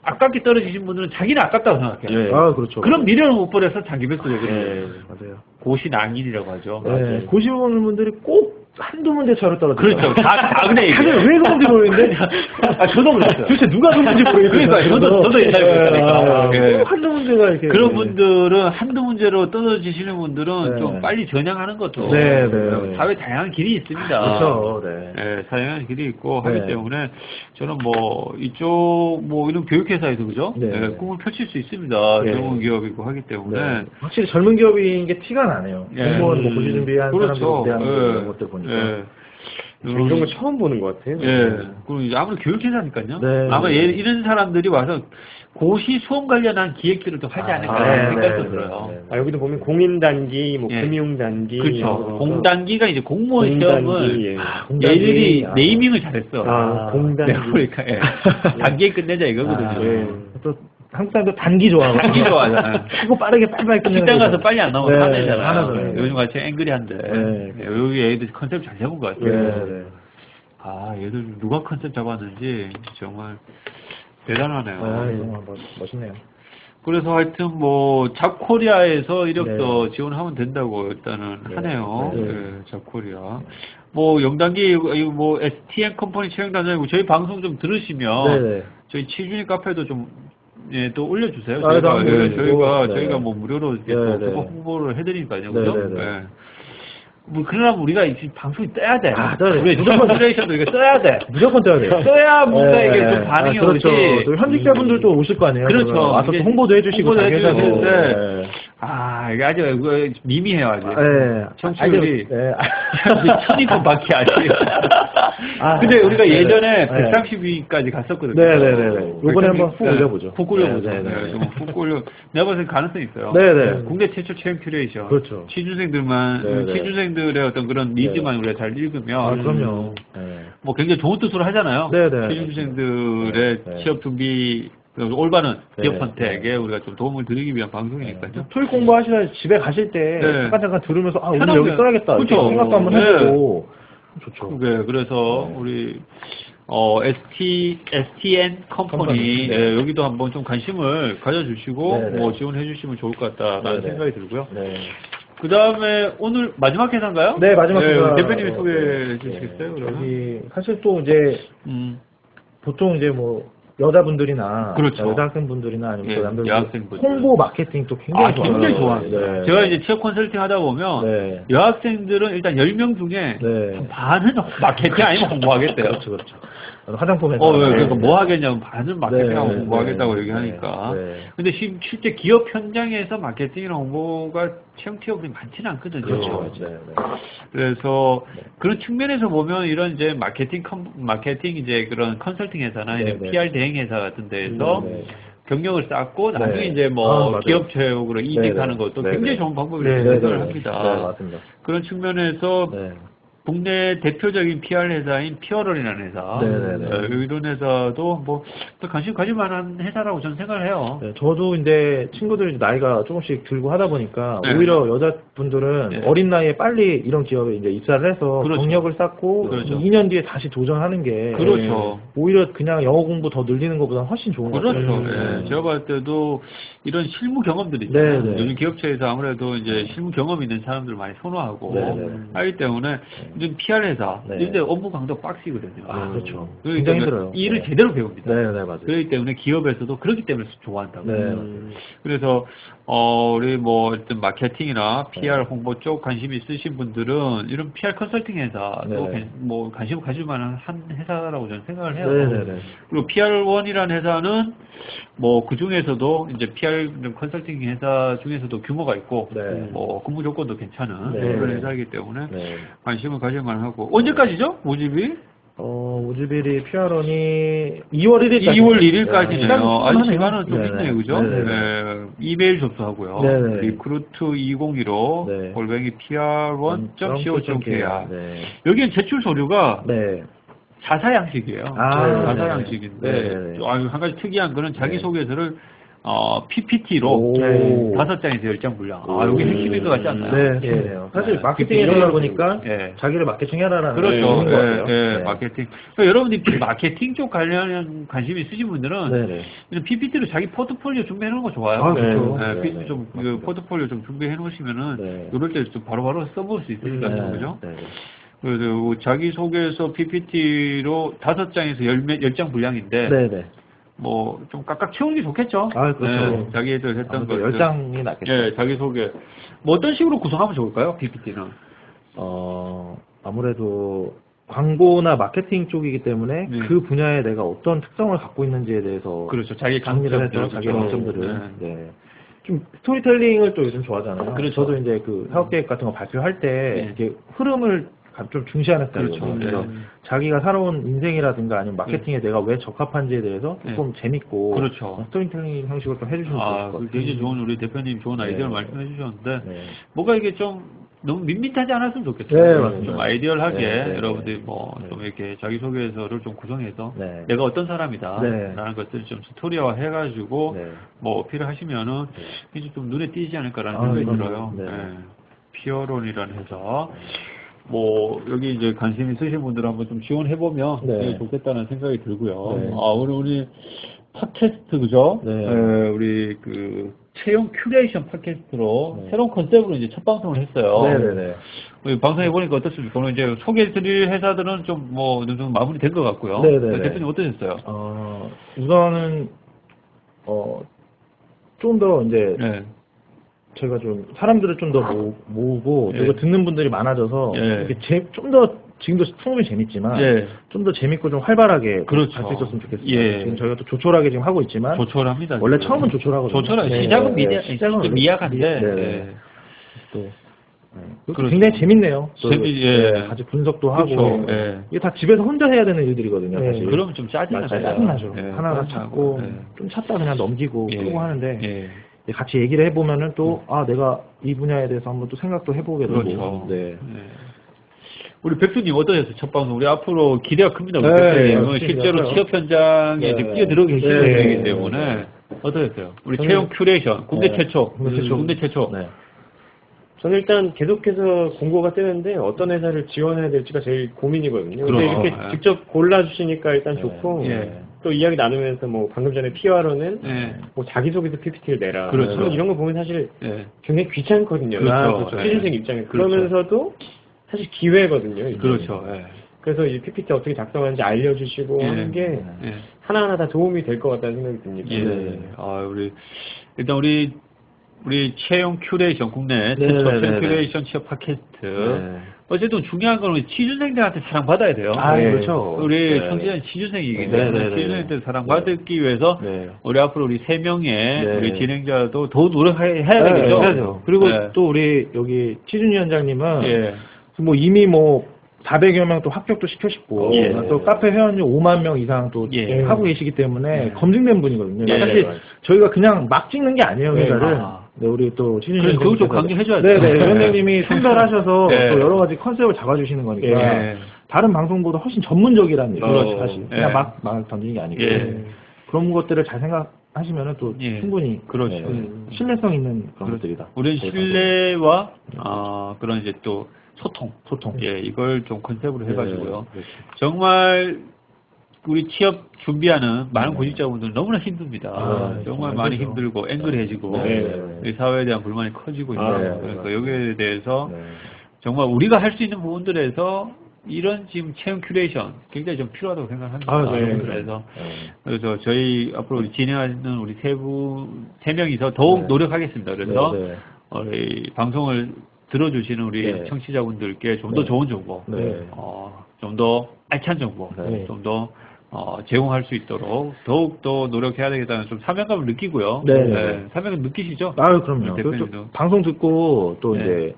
Speaker 1: 아깝게 떨어지신 분들은 자기는 아깝다고 생각해요.
Speaker 3: 예.
Speaker 2: 아,
Speaker 1: 네.
Speaker 2: 그렇죠. 네,
Speaker 1: 그런 미련을 네. 못 버려서 장기 백수죠.
Speaker 3: 예.
Speaker 1: 그래요.
Speaker 2: 맞아요.
Speaker 1: 고시 낭인이라고 하죠.
Speaker 2: 네, 고시 보는 분들이 꼭 한두 문제 차로 떨어져요. 네,
Speaker 1: 그렇죠. 다, 다 그냥
Speaker 2: 다들
Speaker 1: 얘기해요.
Speaker 2: 왜 그런지 모르겠는데.
Speaker 1: 아, 저도 그랬어요.
Speaker 2: 도대체 누가 그런지 모르겠어요.
Speaker 1: 그러니까요. 저도- 저도 옛날에 그랬다니까.
Speaker 2: 아,
Speaker 1: 예.
Speaker 2: 꼭 한두 문제가 이렇게.
Speaker 1: 그런 분들은 한두 문제로 떨어지시는 분들은
Speaker 2: 네.
Speaker 1: 좀 빨리 전향하는 것도 어,
Speaker 2: 네, 네.
Speaker 1: 사회 다양한 길이 있습니다.
Speaker 2: 그렇죠. 네.
Speaker 1: 예, 다양한 길이 있고 하기
Speaker 2: 네.
Speaker 1: 때문에 저는 뭐 이쪽 뭐 이런 교육회사에서 그죠?
Speaker 2: 네.
Speaker 1: 예, 꿈을 펼칠 수 있습니다.
Speaker 2: 네.
Speaker 1: 좋은 기업이고 하기 때문에
Speaker 2: 네. 확실히 젊은 기업인 게 티가 나네요.
Speaker 1: 예.
Speaker 2: 공무원 뭐
Speaker 3: 음.
Speaker 2: 고시 준비한
Speaker 1: 그렇죠.
Speaker 2: 사람들 대한
Speaker 1: 예.
Speaker 2: 이런 것들 보니까.
Speaker 1: 예.
Speaker 3: 이런 거 처음 보는 것 같아요.
Speaker 1: 예. 그리고 이제 아무래도 교육회사니까요.
Speaker 2: 네.
Speaker 1: 아마 얘- 이런 사람들이 와서 고시 수험 관련한 기획들을 좀 하지 않을까
Speaker 2: 아,
Speaker 1: 하는
Speaker 2: 네,
Speaker 1: 생각도
Speaker 2: 네,
Speaker 1: 들어요.
Speaker 2: 네, 네.
Speaker 3: 아, 여기도 보면 공인단기, 뭐,
Speaker 1: 예.
Speaker 3: 금융단기.
Speaker 2: 뭐
Speaker 1: 그렇죠. 공단기가 이제 공무원
Speaker 3: 공단기,
Speaker 1: 시험을
Speaker 3: 예.
Speaker 2: 아,
Speaker 1: 얘들이
Speaker 2: 아,
Speaker 1: 네이밍을 잘했어.
Speaker 3: 아,
Speaker 2: 아,
Speaker 3: 공단기.
Speaker 1: 내가 보니까 예. 단기에 끝내자 이거거든요.
Speaker 2: 아,
Speaker 3: 예.
Speaker 2: 또 한국 사람도 단기 좋아하고.
Speaker 1: 단기 예. 좋아하잖아.
Speaker 2: 크고 빠르게 빨리빨리 끝내는
Speaker 1: 직장 가서
Speaker 2: 거죠.
Speaker 1: 빨리 안 나오면
Speaker 2: 네,
Speaker 1: 화내잖아.
Speaker 2: 화나잖아요.
Speaker 1: 요즘 같이 앵그리한데
Speaker 2: 네.
Speaker 1: 예, 여기 애들 컨셉 잘 잡은 것
Speaker 2: 네,
Speaker 1: 같아요. 예.
Speaker 2: 네.
Speaker 1: 아 얘들 누가 컨셉 잡았는지 정말 대단하네요.
Speaker 3: 예.
Speaker 2: 아, 정말 멋- 멋있네요.
Speaker 1: 그래서 하여튼 뭐 잡코리아에서 이력서
Speaker 2: 네.
Speaker 1: 지원하면 된다고 일단은
Speaker 2: 네.
Speaker 1: 하네요.
Speaker 2: 네.
Speaker 1: 예, 잡코리아. 뭐 영단기 이뭐 STN 컴퍼니 채용 단장이고 저희 방송 좀 들으시면
Speaker 2: 네네.
Speaker 1: 저희 치준이 카페도 좀 예, 또 올려주세요.
Speaker 3: 아,
Speaker 1: 저희가,
Speaker 3: 당연히
Speaker 1: 예, 저희가,
Speaker 3: 네.
Speaker 1: 저희가 뭐 무료로 이렇게 또
Speaker 3: 네, 네.
Speaker 1: 그거 홍보를 해드리니까요. 그죠?
Speaker 3: 네, 네, 네.
Speaker 1: 예. 뭐, 그러려면 우리가 이 방송이 떠야 돼.
Speaker 3: 아, 떠야 돼.
Speaker 1: 우리 무조건 큐레이션도 이거 써야 돼.
Speaker 2: 무조건 떠야 돼요.
Speaker 1: 써야 뭔가 이게 좀 반응이
Speaker 2: 아, 그렇죠.
Speaker 1: 오지.
Speaker 2: 또 현직자분들도 오실 거 아니에요.
Speaker 1: 그렇죠.
Speaker 2: 그러면 와서
Speaker 1: 이게
Speaker 2: 또 홍보도 해주시고 뭐. 네.
Speaker 1: 홍보도 네.
Speaker 2: 자기 회사도.
Speaker 1: 해주시는데. 아, 이게 아직 이거 미미해요, 아직.
Speaker 2: 예.
Speaker 1: 청취율이.
Speaker 2: 아니, 예.
Speaker 1: 천이분 밖에 안 돼요.
Speaker 2: 아,
Speaker 1: 근데 우리가
Speaker 2: 네네.
Speaker 1: 예전에
Speaker 2: 네.
Speaker 1: 130위까지 갔었거든요.
Speaker 2: 네네네네. 요번에 한번 훅
Speaker 1: 130,
Speaker 2: 올려보죠.
Speaker 1: 훅 올려보죠.
Speaker 3: 네네네.
Speaker 1: 네, 좀훅 올려. 내가 봤을 때 가능성이 있어요.
Speaker 2: 네네.
Speaker 1: 국내 최초 체험 큐레이션.
Speaker 2: 그렇죠. 네.
Speaker 1: 취준생들만,
Speaker 3: 네네.
Speaker 1: 취준생들의 어떤 그런 니즈만 우리가 잘 읽으면.
Speaker 2: 아, 그럼요. 예.
Speaker 1: 뭐 굉장히 좋은 뜻으로 하잖아요.
Speaker 2: 네네.
Speaker 1: 취준생들의
Speaker 2: 네.
Speaker 1: 취업 준비, 그 올바른 기업
Speaker 2: 네.
Speaker 1: 선택에 우리가 좀 도움을 드리기 위한 방송이니까요.
Speaker 2: 예. 토익 공부하시다 집에 가실 때
Speaker 1: 네.
Speaker 2: 잠깐 잠깐 들으면서 아 오늘
Speaker 1: 편하게.
Speaker 2: 여기 써야겠다 이렇게
Speaker 1: 그렇죠.
Speaker 2: 생각도 한번
Speaker 1: 네.
Speaker 2: 해보고 좋죠.
Speaker 1: 그게 그래서
Speaker 2: 네.
Speaker 1: 우리 어 ST STN 컴퍼니
Speaker 2: 컴퍼니, 네.
Speaker 1: 예, 여기도 한번 좀 관심을 가져주시고
Speaker 2: 네, 네.
Speaker 1: 뭐 지원해 주시면 좋을 것 같다라는
Speaker 2: 네, 네.
Speaker 1: 생각이 들고요.
Speaker 2: 네.
Speaker 1: 그 다음에 오늘 마지막 회사인가요?
Speaker 2: 네, 마지막 회사.
Speaker 1: 대표님이
Speaker 2: 어,
Speaker 1: 소개해
Speaker 2: 네.
Speaker 1: 주시겠어요? 그러면?
Speaker 2: 저기 사실 또 이제
Speaker 1: 음.
Speaker 2: 보통 이제 뭐 여자분들이나
Speaker 1: 그렇죠.
Speaker 2: 여자학생분들이나 아니면
Speaker 1: 예,
Speaker 2: 또 남자분들
Speaker 1: 여학생분들.
Speaker 2: 홍보 마케팅 또 굉장히
Speaker 1: 아 굉장히
Speaker 2: 좋아하더라고요.
Speaker 1: 좋아합니다.
Speaker 3: 네.
Speaker 1: 제가 이제 취업 컨설팅 하다 보면
Speaker 2: 네.
Speaker 1: 여학생들은 일단 10명 중에
Speaker 2: 네.
Speaker 1: 반은 마케팅 아니면 홍보하겠대요.
Speaker 2: 그렇죠, 그렇죠. 화장품에서.
Speaker 1: 어, 왜, 그러니까 뭐 하겠냐면 반은 마케팅하고 뭐
Speaker 2: 네, 네,
Speaker 1: 홍보하겠다고
Speaker 2: 네,
Speaker 1: 얘기하니까.
Speaker 2: 네.
Speaker 1: 근데 지금 실제 기업 현장에서 마케팅이나 홍보가 채용 기업이 많지는 않거든요.
Speaker 2: 그렇죠. 네, 네.
Speaker 1: 그래서 그런 측면에서 보면 이런 이제 마케팅 컴, 마케팅 이제 그런 컨설팅 회사나
Speaker 2: 네,
Speaker 1: 이런
Speaker 2: 네.
Speaker 1: PR 대행 회사 같은 데에서
Speaker 2: 네, 네.
Speaker 1: 경력을 쌓고
Speaker 2: 네.
Speaker 1: 나중에 이제
Speaker 2: 아,
Speaker 1: 뭐
Speaker 2: 맞아요.
Speaker 1: 기업 채용으로 이직하는
Speaker 2: 네, 네.
Speaker 1: 것도
Speaker 2: 네,
Speaker 1: 굉장히
Speaker 2: 네.
Speaker 1: 좋은 방법이라고
Speaker 2: 네, 네,
Speaker 1: 생각을
Speaker 2: 네.
Speaker 1: 합니다.
Speaker 2: 네, 맞습니다.
Speaker 1: 그런 측면에서
Speaker 2: 네.
Speaker 1: 국내 대표적인 PR 회사인 피어럴이라는 회사,
Speaker 2: 네네네.
Speaker 1: 어, 이런 회사도 뭐 관심 가질 만한 회사라고 저는 생각을 해요.
Speaker 2: 네, 저도 이제 친구들 이제 나이가 조금씩 들고 하다 보니까
Speaker 1: 네.
Speaker 2: 오히려 여자분들은
Speaker 1: 네.
Speaker 2: 어린 나이에 빨리 이런 기업에 이제 입사를 해서
Speaker 1: 그렇죠.
Speaker 2: 경력을 쌓고
Speaker 1: 그렇죠.
Speaker 2: 2년 뒤에 다시 도전하는 게
Speaker 1: 그렇죠.
Speaker 2: 오히려 그냥 영어 공부 더 늘리는 것보다 훨씬 좋은 것 같아요.
Speaker 1: 그렇죠.
Speaker 2: 네.
Speaker 1: 예, 제가 봤을 때도 이런 실무 경험들이 있잖아요.
Speaker 2: 네네.
Speaker 1: 요즘 기업체에서 아무래도 이제 실무 경험 있는 사람들 많이 선호하고
Speaker 2: 네네.
Speaker 1: 하기 때문에 요즘 PR 회사,
Speaker 2: 네.
Speaker 1: 근데 업무 강도 빡시거든요.
Speaker 2: 아, 그렇죠.
Speaker 1: 그러니까
Speaker 2: 굉장히 힘들어요.
Speaker 1: 일을
Speaker 2: 네.
Speaker 1: 제대로 배웁니다.
Speaker 2: 네, 네, 맞아요.
Speaker 1: 그렇기 때문에 기업에서도 그렇기 때문에 좋아한다고.
Speaker 2: 네,
Speaker 1: 요
Speaker 3: 음.
Speaker 2: 맞아요.
Speaker 1: 그래서 어 우리 뭐 어떤 마케팅이나 PR
Speaker 2: 네.
Speaker 1: 홍보 쪽 관심 있으신 분들은 이런 PR 컨설팅 회사도
Speaker 2: 네.
Speaker 1: 관- 뭐 관심 가질 만한 한 회사라고 저는 생각을 해요.
Speaker 2: 네, 네, 네.
Speaker 1: 그리고 PR원이라는 회사는 뭐 그 중에서도 이제 PR 이런 컨설팅 회사 중에서도 규모가 있고
Speaker 2: 네.
Speaker 1: 뭐 근무 조건도 괜찮은
Speaker 2: 네.
Speaker 1: 그런 회사이기 때문에
Speaker 2: 네.
Speaker 1: 관심을 가질 만하고 언제까지죠? 모집이?
Speaker 2: 어, 우즈빌이 PR원이 2월 1일까지.
Speaker 1: 2월 1일까지네요. 아직
Speaker 2: 시간이
Speaker 1: 시간은 좀
Speaker 2: 네네.
Speaker 1: 있네요, 그죠?
Speaker 2: 네네.
Speaker 1: 네, 이메일 접수하고요.
Speaker 2: 네네.
Speaker 1: 리크루트 2015
Speaker 2: 네.
Speaker 1: 골뱅이 pr1.co.kr.
Speaker 2: 네.
Speaker 1: 여기는 제출 서류가
Speaker 2: 네.
Speaker 1: 자사 양식이에요.
Speaker 2: 아,
Speaker 1: 자사
Speaker 2: 네네.
Speaker 1: 양식인데
Speaker 2: 네네.
Speaker 1: 또 아주 한 가지 특이한 거는 자기
Speaker 2: 네.
Speaker 1: 소개서를 어, PPT로 네.
Speaker 2: 오.
Speaker 1: 다섯 장에서 열 장 분량. 아, 여기 핵심인 것 같지 않나요?
Speaker 2: 네, 그러네요. 사실
Speaker 1: 네.
Speaker 2: 마케팅에
Speaker 1: 그게
Speaker 2: 들어가 보니까
Speaker 1: 네.
Speaker 2: 자기를 마케팅 해라라는
Speaker 1: 그렇죠.
Speaker 2: 게 있는 것
Speaker 1: 예,
Speaker 2: 같아요.
Speaker 1: 예,
Speaker 2: 네.
Speaker 1: 마케팅. 그러니까 여러분들이 마케팅 쪽 관련 관심 있으신 분들은
Speaker 2: 네네.
Speaker 1: 이런 PPT로 자기 포트폴리오 준비해 놓은 거 좋아요.
Speaker 2: 아,
Speaker 3: 그렇죠.
Speaker 1: 네,
Speaker 2: 네,
Speaker 1: 피-
Speaker 2: 네,
Speaker 1: 좀, 그
Speaker 2: 맞습니다.
Speaker 1: 포트폴리오 좀 준비해 놓으시면은,
Speaker 2: 네.
Speaker 1: 이럴 때 좀 바로바로 써볼 수 있을 것 같은
Speaker 2: 네,
Speaker 1: 거죠.
Speaker 2: 네.
Speaker 1: 그래서 자기소개서 PPT로 다섯 장에서 열, 매- 열장 분량인데,
Speaker 2: 네, 네.
Speaker 1: 뭐, 좀 깍깍 채우는 게 좋겠죠.
Speaker 2: 아, 그렇죠.
Speaker 1: 네, 자기들 했던
Speaker 2: 아무튼
Speaker 1: 것들.
Speaker 2: 열 장이 낫겠죠.
Speaker 1: 예, 자기소개. 뭐 어떤 식으로 구성하면 좋을까요? PPT는.
Speaker 2: 어, 아무래도 광고나 마케팅 쪽이기 때문에
Speaker 1: 네.
Speaker 2: 그 분야에 내가 어떤 특성을 갖고 있는지에 대해서
Speaker 1: 그렇죠. 자기
Speaker 2: 정리를
Speaker 1: 강점들,
Speaker 2: 해서 자기
Speaker 1: 그렇죠.
Speaker 2: 강점들을 네. 좀 스토리텔링을 또 요즘 좋아하잖아요.
Speaker 1: 그렇죠.
Speaker 2: 저도 이제 그 사업 계획 같은 거 발표할 때
Speaker 1: 네.
Speaker 2: 이렇게 흐름을 가- 좀 중시하는 스타일이거든요.
Speaker 1: 그렇죠.
Speaker 2: 그래서
Speaker 1: 네.
Speaker 2: 자기가 살아온 인생이라든가 아니면 마케팅에 내가 왜 적합한지에 대해서
Speaker 1: 네.
Speaker 2: 조금 재밌고 어,
Speaker 1: 그렇죠.
Speaker 2: 스토리텔링 형식으로 좀 해주시면
Speaker 1: 아,
Speaker 2: 좋을 것
Speaker 1: 그
Speaker 2: 같아요.
Speaker 1: 굉장히 좋은 우리 대표님 좋은 아이디어를
Speaker 2: 네.
Speaker 1: 말씀해 주셨는데,
Speaker 2: 네.
Speaker 1: 뭐가 이게 좀 너무 밋밋하지 않았으면 좋겠어요.
Speaker 2: 네, 맞습니다.
Speaker 1: 좀 아이디얼하게
Speaker 2: 네, 네,
Speaker 1: 여러분들이
Speaker 2: 네.
Speaker 1: 뭐 좀
Speaker 2: 네.
Speaker 1: 이렇게 자기소개서를 좀 구성해서
Speaker 2: 네.
Speaker 1: 내가 어떤 사람이다
Speaker 2: 네.
Speaker 1: 라는 것들을 좀 스토리화 해가지고
Speaker 2: 네.
Speaker 1: 뭐 어필을 하시면은 굉장히 좀 눈에 띄지 않을까라는
Speaker 2: 아,
Speaker 1: 생각이 들어요.
Speaker 2: 그럼요.
Speaker 1: 네.
Speaker 2: 네.
Speaker 1: 피어론이라는 회사 뭐 여기 이제 관심 있으신 분들 한번 좀 지원해 보면
Speaker 2: 네.
Speaker 1: 되게 좋겠다는 생각이 들고요.
Speaker 2: 네.
Speaker 1: 아 오늘 우리 팟캐스트 그죠?
Speaker 2: 네.
Speaker 1: 에, 우리 그 채용 큐레이션 팟캐스트로
Speaker 2: 네.
Speaker 1: 새로운 컨셉으로 이제 첫 방송을 했어요.
Speaker 2: 네네네.
Speaker 1: 우리 방송해 보니까 어떻습니까? 오늘 이제 소개해드릴 회사들은 좀 뭐 좀 마무리된 것 같고요.
Speaker 2: 네, 네, 네.
Speaker 1: 대표님 어떠셨어요?
Speaker 2: 어, 우선은 어, 좀 더 이제
Speaker 1: 예.
Speaker 2: 저희가 좀 사람들을 좀 더 모으고
Speaker 1: 예.
Speaker 2: 그리고 듣는 분들이 많아져서
Speaker 1: 예.
Speaker 2: 좀 더 지금도 충분히 재밌지만
Speaker 1: 예.
Speaker 2: 좀 더 재밌고 좀 활발하게
Speaker 1: 그렇죠.
Speaker 2: 할 수 있었으면 좋겠습니다.
Speaker 1: 예.
Speaker 2: 지금 저희가 또 조촐하게 지금 하고 있지만
Speaker 1: 조촐합니다.
Speaker 2: 아, 원래
Speaker 1: 지금.
Speaker 2: 처음은 조촐하거든요.
Speaker 1: 조촐한
Speaker 2: 예,
Speaker 1: 시작은
Speaker 2: 예,
Speaker 1: 미약
Speaker 2: 시작은
Speaker 1: 좀
Speaker 2: 원래
Speaker 1: 미약한데
Speaker 2: 네, 네.
Speaker 1: 예.
Speaker 2: 또 예.
Speaker 1: 그렇죠.
Speaker 2: 굉장히 재밌네요. 또
Speaker 1: 재미- 예.
Speaker 2: 같이 분석도 하고
Speaker 1: 그렇죠. 예.
Speaker 2: 이게 다 집에서 혼자 해야 되는 일들이거든요.
Speaker 3: 예.
Speaker 2: 사실
Speaker 1: 네, 그러면 좀 짜증나요.
Speaker 2: 맞아요. 짜증나죠.
Speaker 1: 예,
Speaker 2: 하나가
Speaker 1: 짜증나고,
Speaker 2: 찾고
Speaker 1: 예.
Speaker 2: 좀 찾다 그냥 넘기고
Speaker 1: 예.
Speaker 2: 끄고 하는데
Speaker 1: 예.
Speaker 2: 이제 같이 얘기를 해보면은 또, 아, 내가 이 분야에 대해서 한번 또 생각도 해보게 되고.
Speaker 1: 음. 그렇죠.
Speaker 2: 네.
Speaker 1: 예. 우리 백수님 어떠셨어요? 첫 방송 우리 앞으로 기대가 큽니다. 우리
Speaker 2: 네,
Speaker 1: 백수님.
Speaker 2: 맞습니다.
Speaker 1: 실제로 취업 현장에
Speaker 2: 네.
Speaker 1: 이제 뛰어들어 계시는
Speaker 2: 네.
Speaker 1: 분이기
Speaker 2: 네.
Speaker 1: 때문에 어떠셨어요? 우리
Speaker 3: 저는-
Speaker 1: 채용 큐레이션 국내
Speaker 2: 네.
Speaker 1: 최초,
Speaker 2: 국내 최초.
Speaker 1: 국내 최초.
Speaker 2: 네.
Speaker 3: 저는 일단 계속해서 공고가 뜨는데 어떤 회사를 지원해야 될지가 제일 고민이거든요. 근데
Speaker 1: 그럼,
Speaker 3: 이렇게
Speaker 1: 예.
Speaker 3: 직접 골라주시니까 일단 좋고
Speaker 1: 예.
Speaker 3: 또 이야기 나누면서 뭐 방금 전에 피아로는
Speaker 1: 네.
Speaker 3: 뭐 자기소개서 PPT를 내라.
Speaker 1: 그렇죠.
Speaker 3: 저는 이런 거 보면 사실
Speaker 1: 네.
Speaker 3: 굉장히 귀찮거든요.
Speaker 1: 그렇죠.
Speaker 3: 나 그렇죠.
Speaker 1: 예.
Speaker 3: 취준생 입장에서. 그
Speaker 1: 그렇죠.
Speaker 3: 러면서도 사실
Speaker 2: 네.
Speaker 3: 기회거든요. 이게.
Speaker 1: 그렇죠. 예.
Speaker 3: 그래서 이 PPT 어떻게 작성하는지 알려주시고
Speaker 1: 예.
Speaker 3: 하는 게
Speaker 1: 예.
Speaker 3: 하나하나 다 도움이 될 것 같다는 생각이 듭니다. 네.
Speaker 1: 예.
Speaker 2: 네.
Speaker 1: 아, 우리 일단 우리 우리 채용 큐레이션 국내
Speaker 2: 네,
Speaker 1: 최초
Speaker 2: 네,
Speaker 1: 채용
Speaker 2: 네,
Speaker 1: 큐레이션 취업 팟캐스트.
Speaker 2: 네.
Speaker 1: 어쨌든 중요한 건 우리 취준생들한테 사랑받아야 돼요.
Speaker 2: 아,
Speaker 1: 예.
Speaker 2: 그렇죠.
Speaker 1: 우리
Speaker 2: 네.
Speaker 1: 청취자는 취준생이기
Speaker 2: 네,
Speaker 1: 때문에
Speaker 2: 네, 네,
Speaker 1: 취준생들
Speaker 2: 네.
Speaker 1: 사랑받기 위해서
Speaker 2: 네.
Speaker 1: 우리 앞으로 우리 세 명의 우리 진행자도 더
Speaker 2: 네,
Speaker 1: 노력해야 되겠죠.
Speaker 2: 해야죠. 그리고
Speaker 1: 네.
Speaker 2: 또 우리 여기 치준 위원장님은
Speaker 1: 예.
Speaker 2: 뭐 이미 뭐 400여 명 또 합격도 시켜셨고
Speaker 1: 예.
Speaker 2: 또 카페 회원님 5만 명 이상 또
Speaker 1: 예.
Speaker 2: 하고 계시기 때문에 검증된 분이거든요. 그러니까
Speaker 1: 예.
Speaker 2: 사실
Speaker 3: 맞아요.
Speaker 2: 저희가 그냥 막 찍는 게 아니에요,
Speaker 1: 네.
Speaker 2: 회사를.
Speaker 1: 아.
Speaker 2: 네, 우리 또 치준
Speaker 1: 그래서 그걸 좀 강조해줘야 돼요.
Speaker 2: 네네,
Speaker 1: 네.
Speaker 2: 위원장님이 선별하셔서
Speaker 1: 예.
Speaker 2: 또 여러 가지 컨셉을 잡아주시는 거니까
Speaker 1: 예.
Speaker 2: 다른 방송보다 훨씬 전문적이라는 얘기죠.
Speaker 1: 그렇죠.
Speaker 2: 사실
Speaker 1: 예.
Speaker 2: 그냥 막, 막 던지는 게 아니고
Speaker 1: 예.
Speaker 3: 네.
Speaker 2: 그런 것들을 잘 생각하시면 또
Speaker 1: 예.
Speaker 2: 충분히
Speaker 1: 그렇죠.
Speaker 2: 예, 신뢰성 있는 그런 것들이다. 네,
Speaker 1: 우리는
Speaker 2: 저희
Speaker 1: 신뢰와 아, 그런 이제 또 소통,
Speaker 2: 소통.
Speaker 1: 예, 이걸 좀 컨셉으로 해가지고요.
Speaker 2: 방송. 그렇죠.
Speaker 1: 정말 우리 취업 준비하는 많은 구직자분들 너무나 힘듭니다.
Speaker 2: 네. 아,
Speaker 1: 정말,
Speaker 2: 정말
Speaker 1: 많이
Speaker 2: 힘들죠.
Speaker 1: 힘들고 앵그리해지고
Speaker 2: 네, 네,
Speaker 1: 우리 사회에 대한 불만이 커지고 있어요.
Speaker 3: 아, 네,
Speaker 1: 그러니까
Speaker 3: 맞아요.
Speaker 1: 여기에 대해서
Speaker 2: 네.
Speaker 1: 정말 우리가 할 수 있는 부분들에서 이런 지금 체험 큐레이션 굉장히 좀 필요하다고 생각합니다.
Speaker 2: 아, 네,
Speaker 1: 그래서
Speaker 2: 네.
Speaker 1: 그래서 저희 앞으로 우리 진행하는 우리 세분세 명이서 더욱
Speaker 2: 네.
Speaker 1: 노력하겠습니다. 그래서
Speaker 2: 네, 네.
Speaker 1: 어, 이 방송을 들어주시는 우리
Speaker 2: 네.
Speaker 1: 청취자분들께 좀 더
Speaker 2: 네. 좋은
Speaker 1: 좋은 정보, 어,
Speaker 2: 네.
Speaker 1: 좀 더 알찬 정보,
Speaker 2: 네.
Speaker 1: 좀 더 어, 제공할 수 있도록 더욱 더 노력해야 되겠다는 좀 사명감을 느끼고요.
Speaker 2: 네. 네,
Speaker 1: 사명감 느끼시죠?
Speaker 2: 아유, 그럼요.
Speaker 1: 우리
Speaker 2: 그리고 또
Speaker 1: 네, 대표님도.
Speaker 2: 방송 듣고 또
Speaker 1: 네.
Speaker 2: 이제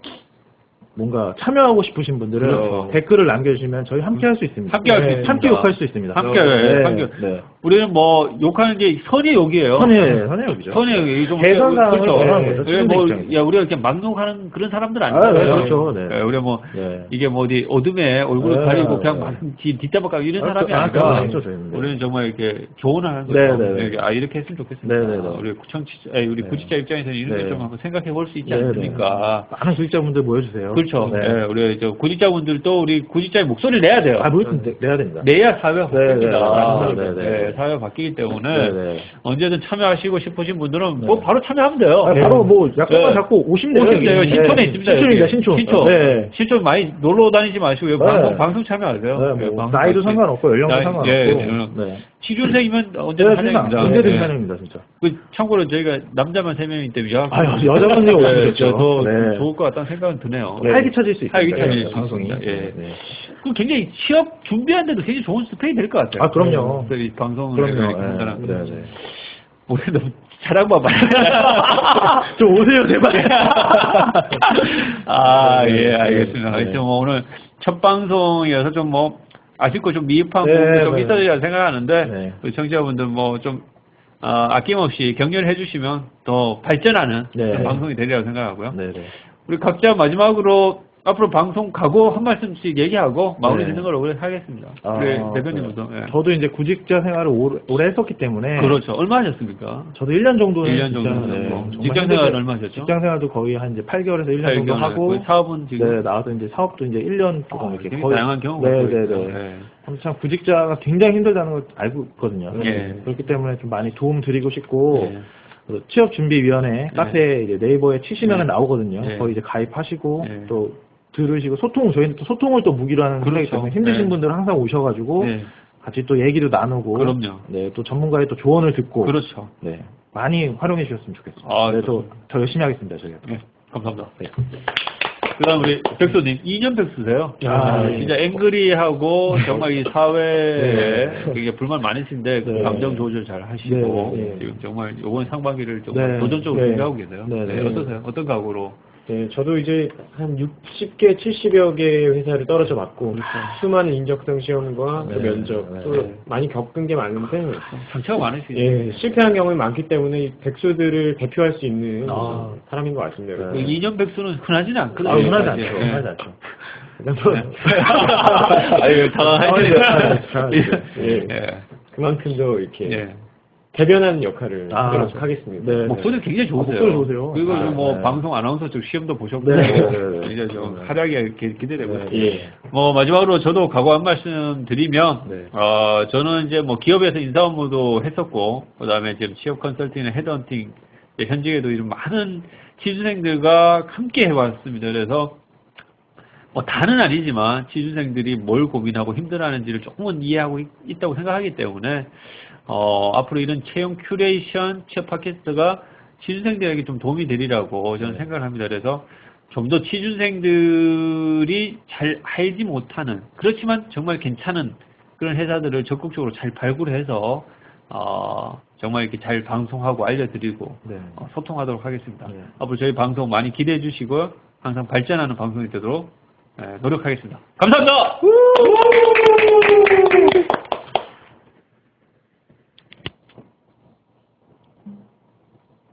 Speaker 2: 뭔가 참여하고 싶으신 분들은
Speaker 1: 그렇죠.
Speaker 2: 댓글을 남겨주시면 저희 함께 할 수 있습니다.
Speaker 1: 함께 할수
Speaker 2: 네.
Speaker 1: 있습니다.
Speaker 2: 함께 욕할 수 있습니다.
Speaker 1: 함께, 예,
Speaker 2: 네.
Speaker 1: 함께.
Speaker 2: 네.
Speaker 1: 우리는 뭐 욕하는 게 선의 욕이에요. 네.
Speaker 2: 선의, 선의 욕이죠. 네.
Speaker 1: 선의 욕이 좀
Speaker 2: 개선 사항을
Speaker 1: 그렇죠.
Speaker 2: 원하는 거죠,
Speaker 1: 예, 뭐
Speaker 2: 시민의
Speaker 1: 야, 우리가 이렇게 막욕하는 그런 사람들
Speaker 2: 아, 네,
Speaker 1: 아니잖아요.
Speaker 2: 그렇죠. 네.
Speaker 1: 예, 우리가 뭐
Speaker 2: 네.
Speaker 1: 이게 뭐 어디 어둠에 얼굴을
Speaker 2: 네,
Speaker 1: 가리고 그냥
Speaker 2: 네.
Speaker 1: 막 뒤- 뒷담화 까고 이런
Speaker 2: 아,
Speaker 1: 사람이
Speaker 2: 그- 아, 그건
Speaker 1: 아니라
Speaker 2: 아니죠, 저희는. 네.
Speaker 1: 우리는 정말 이렇게 조언하는
Speaker 2: 네,
Speaker 1: 거죠.
Speaker 2: 네, 네.
Speaker 1: 이렇게, 아 이렇게 했으면 좋겠습니다.
Speaker 2: 네, 네, 네.
Speaker 1: 우리 구청취자, 아니, 우리
Speaker 2: 네.
Speaker 1: 구직자 입장에서는 이런
Speaker 2: 네.
Speaker 1: 걸 좀 한번 생각해 볼 수 있지
Speaker 2: 네, 네.
Speaker 1: 않습니까?
Speaker 2: 많은 구직자분들 모여주세요.
Speaker 1: 그렇죠.
Speaker 2: 네.
Speaker 1: 예, 우리 저 구직자분들도 우리 구직자의 목소리를 내야 돼요.
Speaker 2: 아, 모여주면 내- 내야 됩니다.
Speaker 1: 내야 사회가
Speaker 2: 네, 네,
Speaker 1: 바뀝니다.
Speaker 2: 아, 네, 네,
Speaker 1: 예,
Speaker 2: 네.
Speaker 1: 사회가 바뀌기 때문에
Speaker 2: 네, 네.
Speaker 1: 언제든 참여하시고 싶으신 분들은 뭐 바로 참여하면 돼요.
Speaker 2: 아, 바로 뭐 약속만
Speaker 1: 네.
Speaker 2: 잡고 오시면 돼요.
Speaker 1: 오시면 돼요.
Speaker 2: 여기.
Speaker 1: 신촌에
Speaker 2: 네.
Speaker 1: 있습니다.
Speaker 2: 신촌입니다.
Speaker 1: 여기.
Speaker 2: 신촌.
Speaker 1: 신촌.
Speaker 2: 네.
Speaker 1: 신촌 많이 놀러 다니지 마시고요.
Speaker 2: 네.
Speaker 1: 방송, 방송 참여하세요.
Speaker 2: 네, 뭐
Speaker 1: 예, 방송
Speaker 2: 나이도
Speaker 1: 같이.
Speaker 2: 상관없고 연령도
Speaker 1: 나이-
Speaker 2: 상관없고.
Speaker 1: 예, 저는
Speaker 2: 네.
Speaker 1: 취준생이면
Speaker 2: 제가
Speaker 1: 언제든
Speaker 2: 진짜
Speaker 1: 환영입니다.
Speaker 2: 언제든
Speaker 1: 예.
Speaker 2: 환영입니다, 진짜.
Speaker 1: 그 참고로 저희가 남자만 세 명이기 때문에 여,
Speaker 2: 아, 여- 여자분이 오시겠죠.
Speaker 1: 더
Speaker 2: 네.
Speaker 1: 좋을 것 같다는 생각은 드네요.
Speaker 2: 네. 활기차질 수 있습니다.
Speaker 1: 활기차질
Speaker 2: 예,
Speaker 1: 수
Speaker 2: 방송이.
Speaker 1: 있습니다. 예.
Speaker 2: 네.
Speaker 1: 그 굉장히 취업 준비하는데도 굉장히 좋은 스페이 될 것 같아요.
Speaker 2: 아, 그럼요.
Speaker 1: 그래서 이 방송을
Speaker 2: 그럼요.
Speaker 1: 이렇게 한다는
Speaker 2: 네,
Speaker 1: 거.
Speaker 2: 네.
Speaker 1: 우리 너무 자랑만 많이
Speaker 2: 좀 오세요, 제발.
Speaker 1: 아,
Speaker 2: 네,
Speaker 1: 예,
Speaker 2: 네,
Speaker 1: 알겠습니다.
Speaker 2: 네.
Speaker 1: 하여튼 뭐 오늘 첫 방송이어서 좀 뭐 아쉽고 좀 미흡한
Speaker 2: 네,
Speaker 1: 부분도 좀
Speaker 2: 네.
Speaker 1: 있어야 생각하는데
Speaker 2: 네.
Speaker 1: 우리 청취자분들 뭐 좀 아낌없이 격려를 해주시면 더 발전하는
Speaker 2: 네.
Speaker 1: 그런 방송이 되리라고 생각하고요.
Speaker 2: 네, 네.
Speaker 1: 우리 각자 마지막으로 앞으로 방송 가고 한 말씀씩 얘기하고 마무리
Speaker 2: 네.
Speaker 1: 짓는 걸로 오늘 하겠습니다.
Speaker 2: 아,
Speaker 1: 우리
Speaker 2: 네.
Speaker 1: 대표님부터. 예.
Speaker 2: 저도 네. 이제 구직자 생활을 오래, 오래 했었기 때문에
Speaker 1: 그렇죠. 얼마 하셨습니까?
Speaker 2: 저도 1년 정도는
Speaker 1: 1년
Speaker 2: 진짜,
Speaker 1: 정도.
Speaker 2: 네,
Speaker 1: 뭐
Speaker 2: 정말
Speaker 1: 직장
Speaker 2: 힘들게-
Speaker 1: 생활 얼마 하셨죠?
Speaker 2: 직장 생활도 거의 한 이제 8개월에서 1년 정도
Speaker 1: 발견을
Speaker 2: 하고
Speaker 1: 했고요. 그 사업은 지금
Speaker 2: 네, 나와서 이제 사업도 이제 1년 조금
Speaker 1: 아,
Speaker 2: 이렇게
Speaker 1: 되게
Speaker 2: 거의
Speaker 1: 다양한 경험을
Speaker 2: 네,
Speaker 1: 갖고
Speaker 2: 네,
Speaker 1: 있죠.
Speaker 2: 네.
Speaker 1: 네.
Speaker 2: 아무튼 참 구직자가 굉장히 힘들다는 걸 알고 있거든요. 네,
Speaker 1: 예.
Speaker 2: 그렇기 때문에 좀 많이 도움 드리고 싶고
Speaker 1: 예.
Speaker 2: 그래서
Speaker 1: 네.
Speaker 2: 취업준비위원회 카페 이제 네이버에 치시면
Speaker 1: 예.
Speaker 2: 은 나오거든요.
Speaker 1: 예.
Speaker 2: 거기 이제 가입하시고
Speaker 1: 예.
Speaker 2: 또 들으시고 소통 저희는 또 소통을 또 무기로 하는 생각이
Speaker 1: 그렇죠.
Speaker 2: 때문에 힘드신
Speaker 1: 예.
Speaker 2: 분들은 항상 오셔가지고
Speaker 1: 네.
Speaker 2: 같이 또 얘기도 나누고
Speaker 1: 그럼요.
Speaker 2: 네, 또 전문가의 또 조언을 듣고
Speaker 1: 그렇죠.
Speaker 2: 네, 많이 활용해 주셨으면 좋겠습니다.
Speaker 1: 아,
Speaker 2: 그래서
Speaker 1: 좋습니다.
Speaker 2: 더 열심히 하겠습니다, 저희가.
Speaker 1: 네, 감사합니다.
Speaker 2: 네.
Speaker 1: 그다음 우리 백수님 2년 백수세요.
Speaker 3: 야,
Speaker 1: 아,
Speaker 2: 예.
Speaker 3: 네.
Speaker 1: 진짜 앵그리하고 정말 이 사회에
Speaker 2: 네.
Speaker 1: 굉장히 불만 많으신데 그
Speaker 2: 네.
Speaker 1: 감정 조절 잘 하시고
Speaker 2: 네, 네.
Speaker 1: 지금 정말 이번 상반기를 정말
Speaker 2: 네.
Speaker 1: 도전적으로
Speaker 2: 네.
Speaker 1: 준비하고 계세요.
Speaker 2: 네, 네.
Speaker 1: 어떠세요? 어떤 각오로?
Speaker 3: 네, 저도 이제 한 60개, 70여 개의 회사를 떨어져 봤고 수많은 인적성 시험과 그
Speaker 2: 그렇죠. 네,
Speaker 3: 면접
Speaker 2: 네.
Speaker 3: 또 많이 겪은 게 많은데
Speaker 1: 상처가 많으시죠.
Speaker 3: 예, 실패한 경험이 많기 때문에 이 백수들을 대표할 수 있는
Speaker 1: 아.
Speaker 3: 사람인 것 네. 같습니다.
Speaker 1: 그
Speaker 3: 그래서
Speaker 2: 네.
Speaker 1: 2년 백수는 흔하지는 않거든요. 예.
Speaker 2: 아, 흔하지 않죠.
Speaker 1: 사실.
Speaker 2: 흔하지 않죠. 네.
Speaker 3: 그래서
Speaker 1: 아유,
Speaker 2: 예.
Speaker 3: 아,
Speaker 1: 당황하시네요.
Speaker 3: 네. 예.
Speaker 1: 예.
Speaker 3: 그만큼 더 이렇게
Speaker 1: 예.
Speaker 3: 대변하는 역할을
Speaker 2: 네. 아,
Speaker 3: 하도록
Speaker 2: 그렇죠.
Speaker 3: 하겠습니다.
Speaker 2: 네.
Speaker 1: 목소리 굉장히 좋으세요.
Speaker 2: 목소리 좋으세요.
Speaker 1: 그리고
Speaker 2: 아,
Speaker 1: 뭐
Speaker 2: 네.
Speaker 1: 방송 아나운서 쪽 시험도 보셨고
Speaker 2: 네, 네, 네.
Speaker 1: 이제 좀 활약이 기- 기대되고 있습니다.
Speaker 3: 예.
Speaker 1: 뭐 마지막으로 저도 각오 한 말씀 드리면
Speaker 2: 네.
Speaker 1: 어 저는 이제 뭐 기업에서 인사 업무도 했었고 그다음에 지금 취업 컨설팅이나 헤드헌팅 이제 현직에도 이런 많은 취준생들과 함께 해왔습니다. 그래서 뭐 다는 아니지만 취준생들이 뭘 고민하고 힘들어하는지를 조금은 이해하고 있, 다고 생각하기 때문에 어 앞으로 이런 채용 큐레이션 취업 팟캐스트가 취준생들에게 좀 도움이 되리라고 저는 생각을 합니다. 그래서 좀 더 취준생들이 잘 알지 못하는 그렇지만 정말 괜찮은 그런 회사들을 적극적으로 잘 발굴해서 어, 정말 이렇게 잘 방송하고 알려드리고
Speaker 2: 네.
Speaker 1: 어, 소통하도록 하겠습니다.
Speaker 2: 네.
Speaker 1: 앞으로 저희 방송 많이 기대해 주시고 네, 항상 발전하는 방송이 되도록 예, 노력하겠습니다. 감사합니다.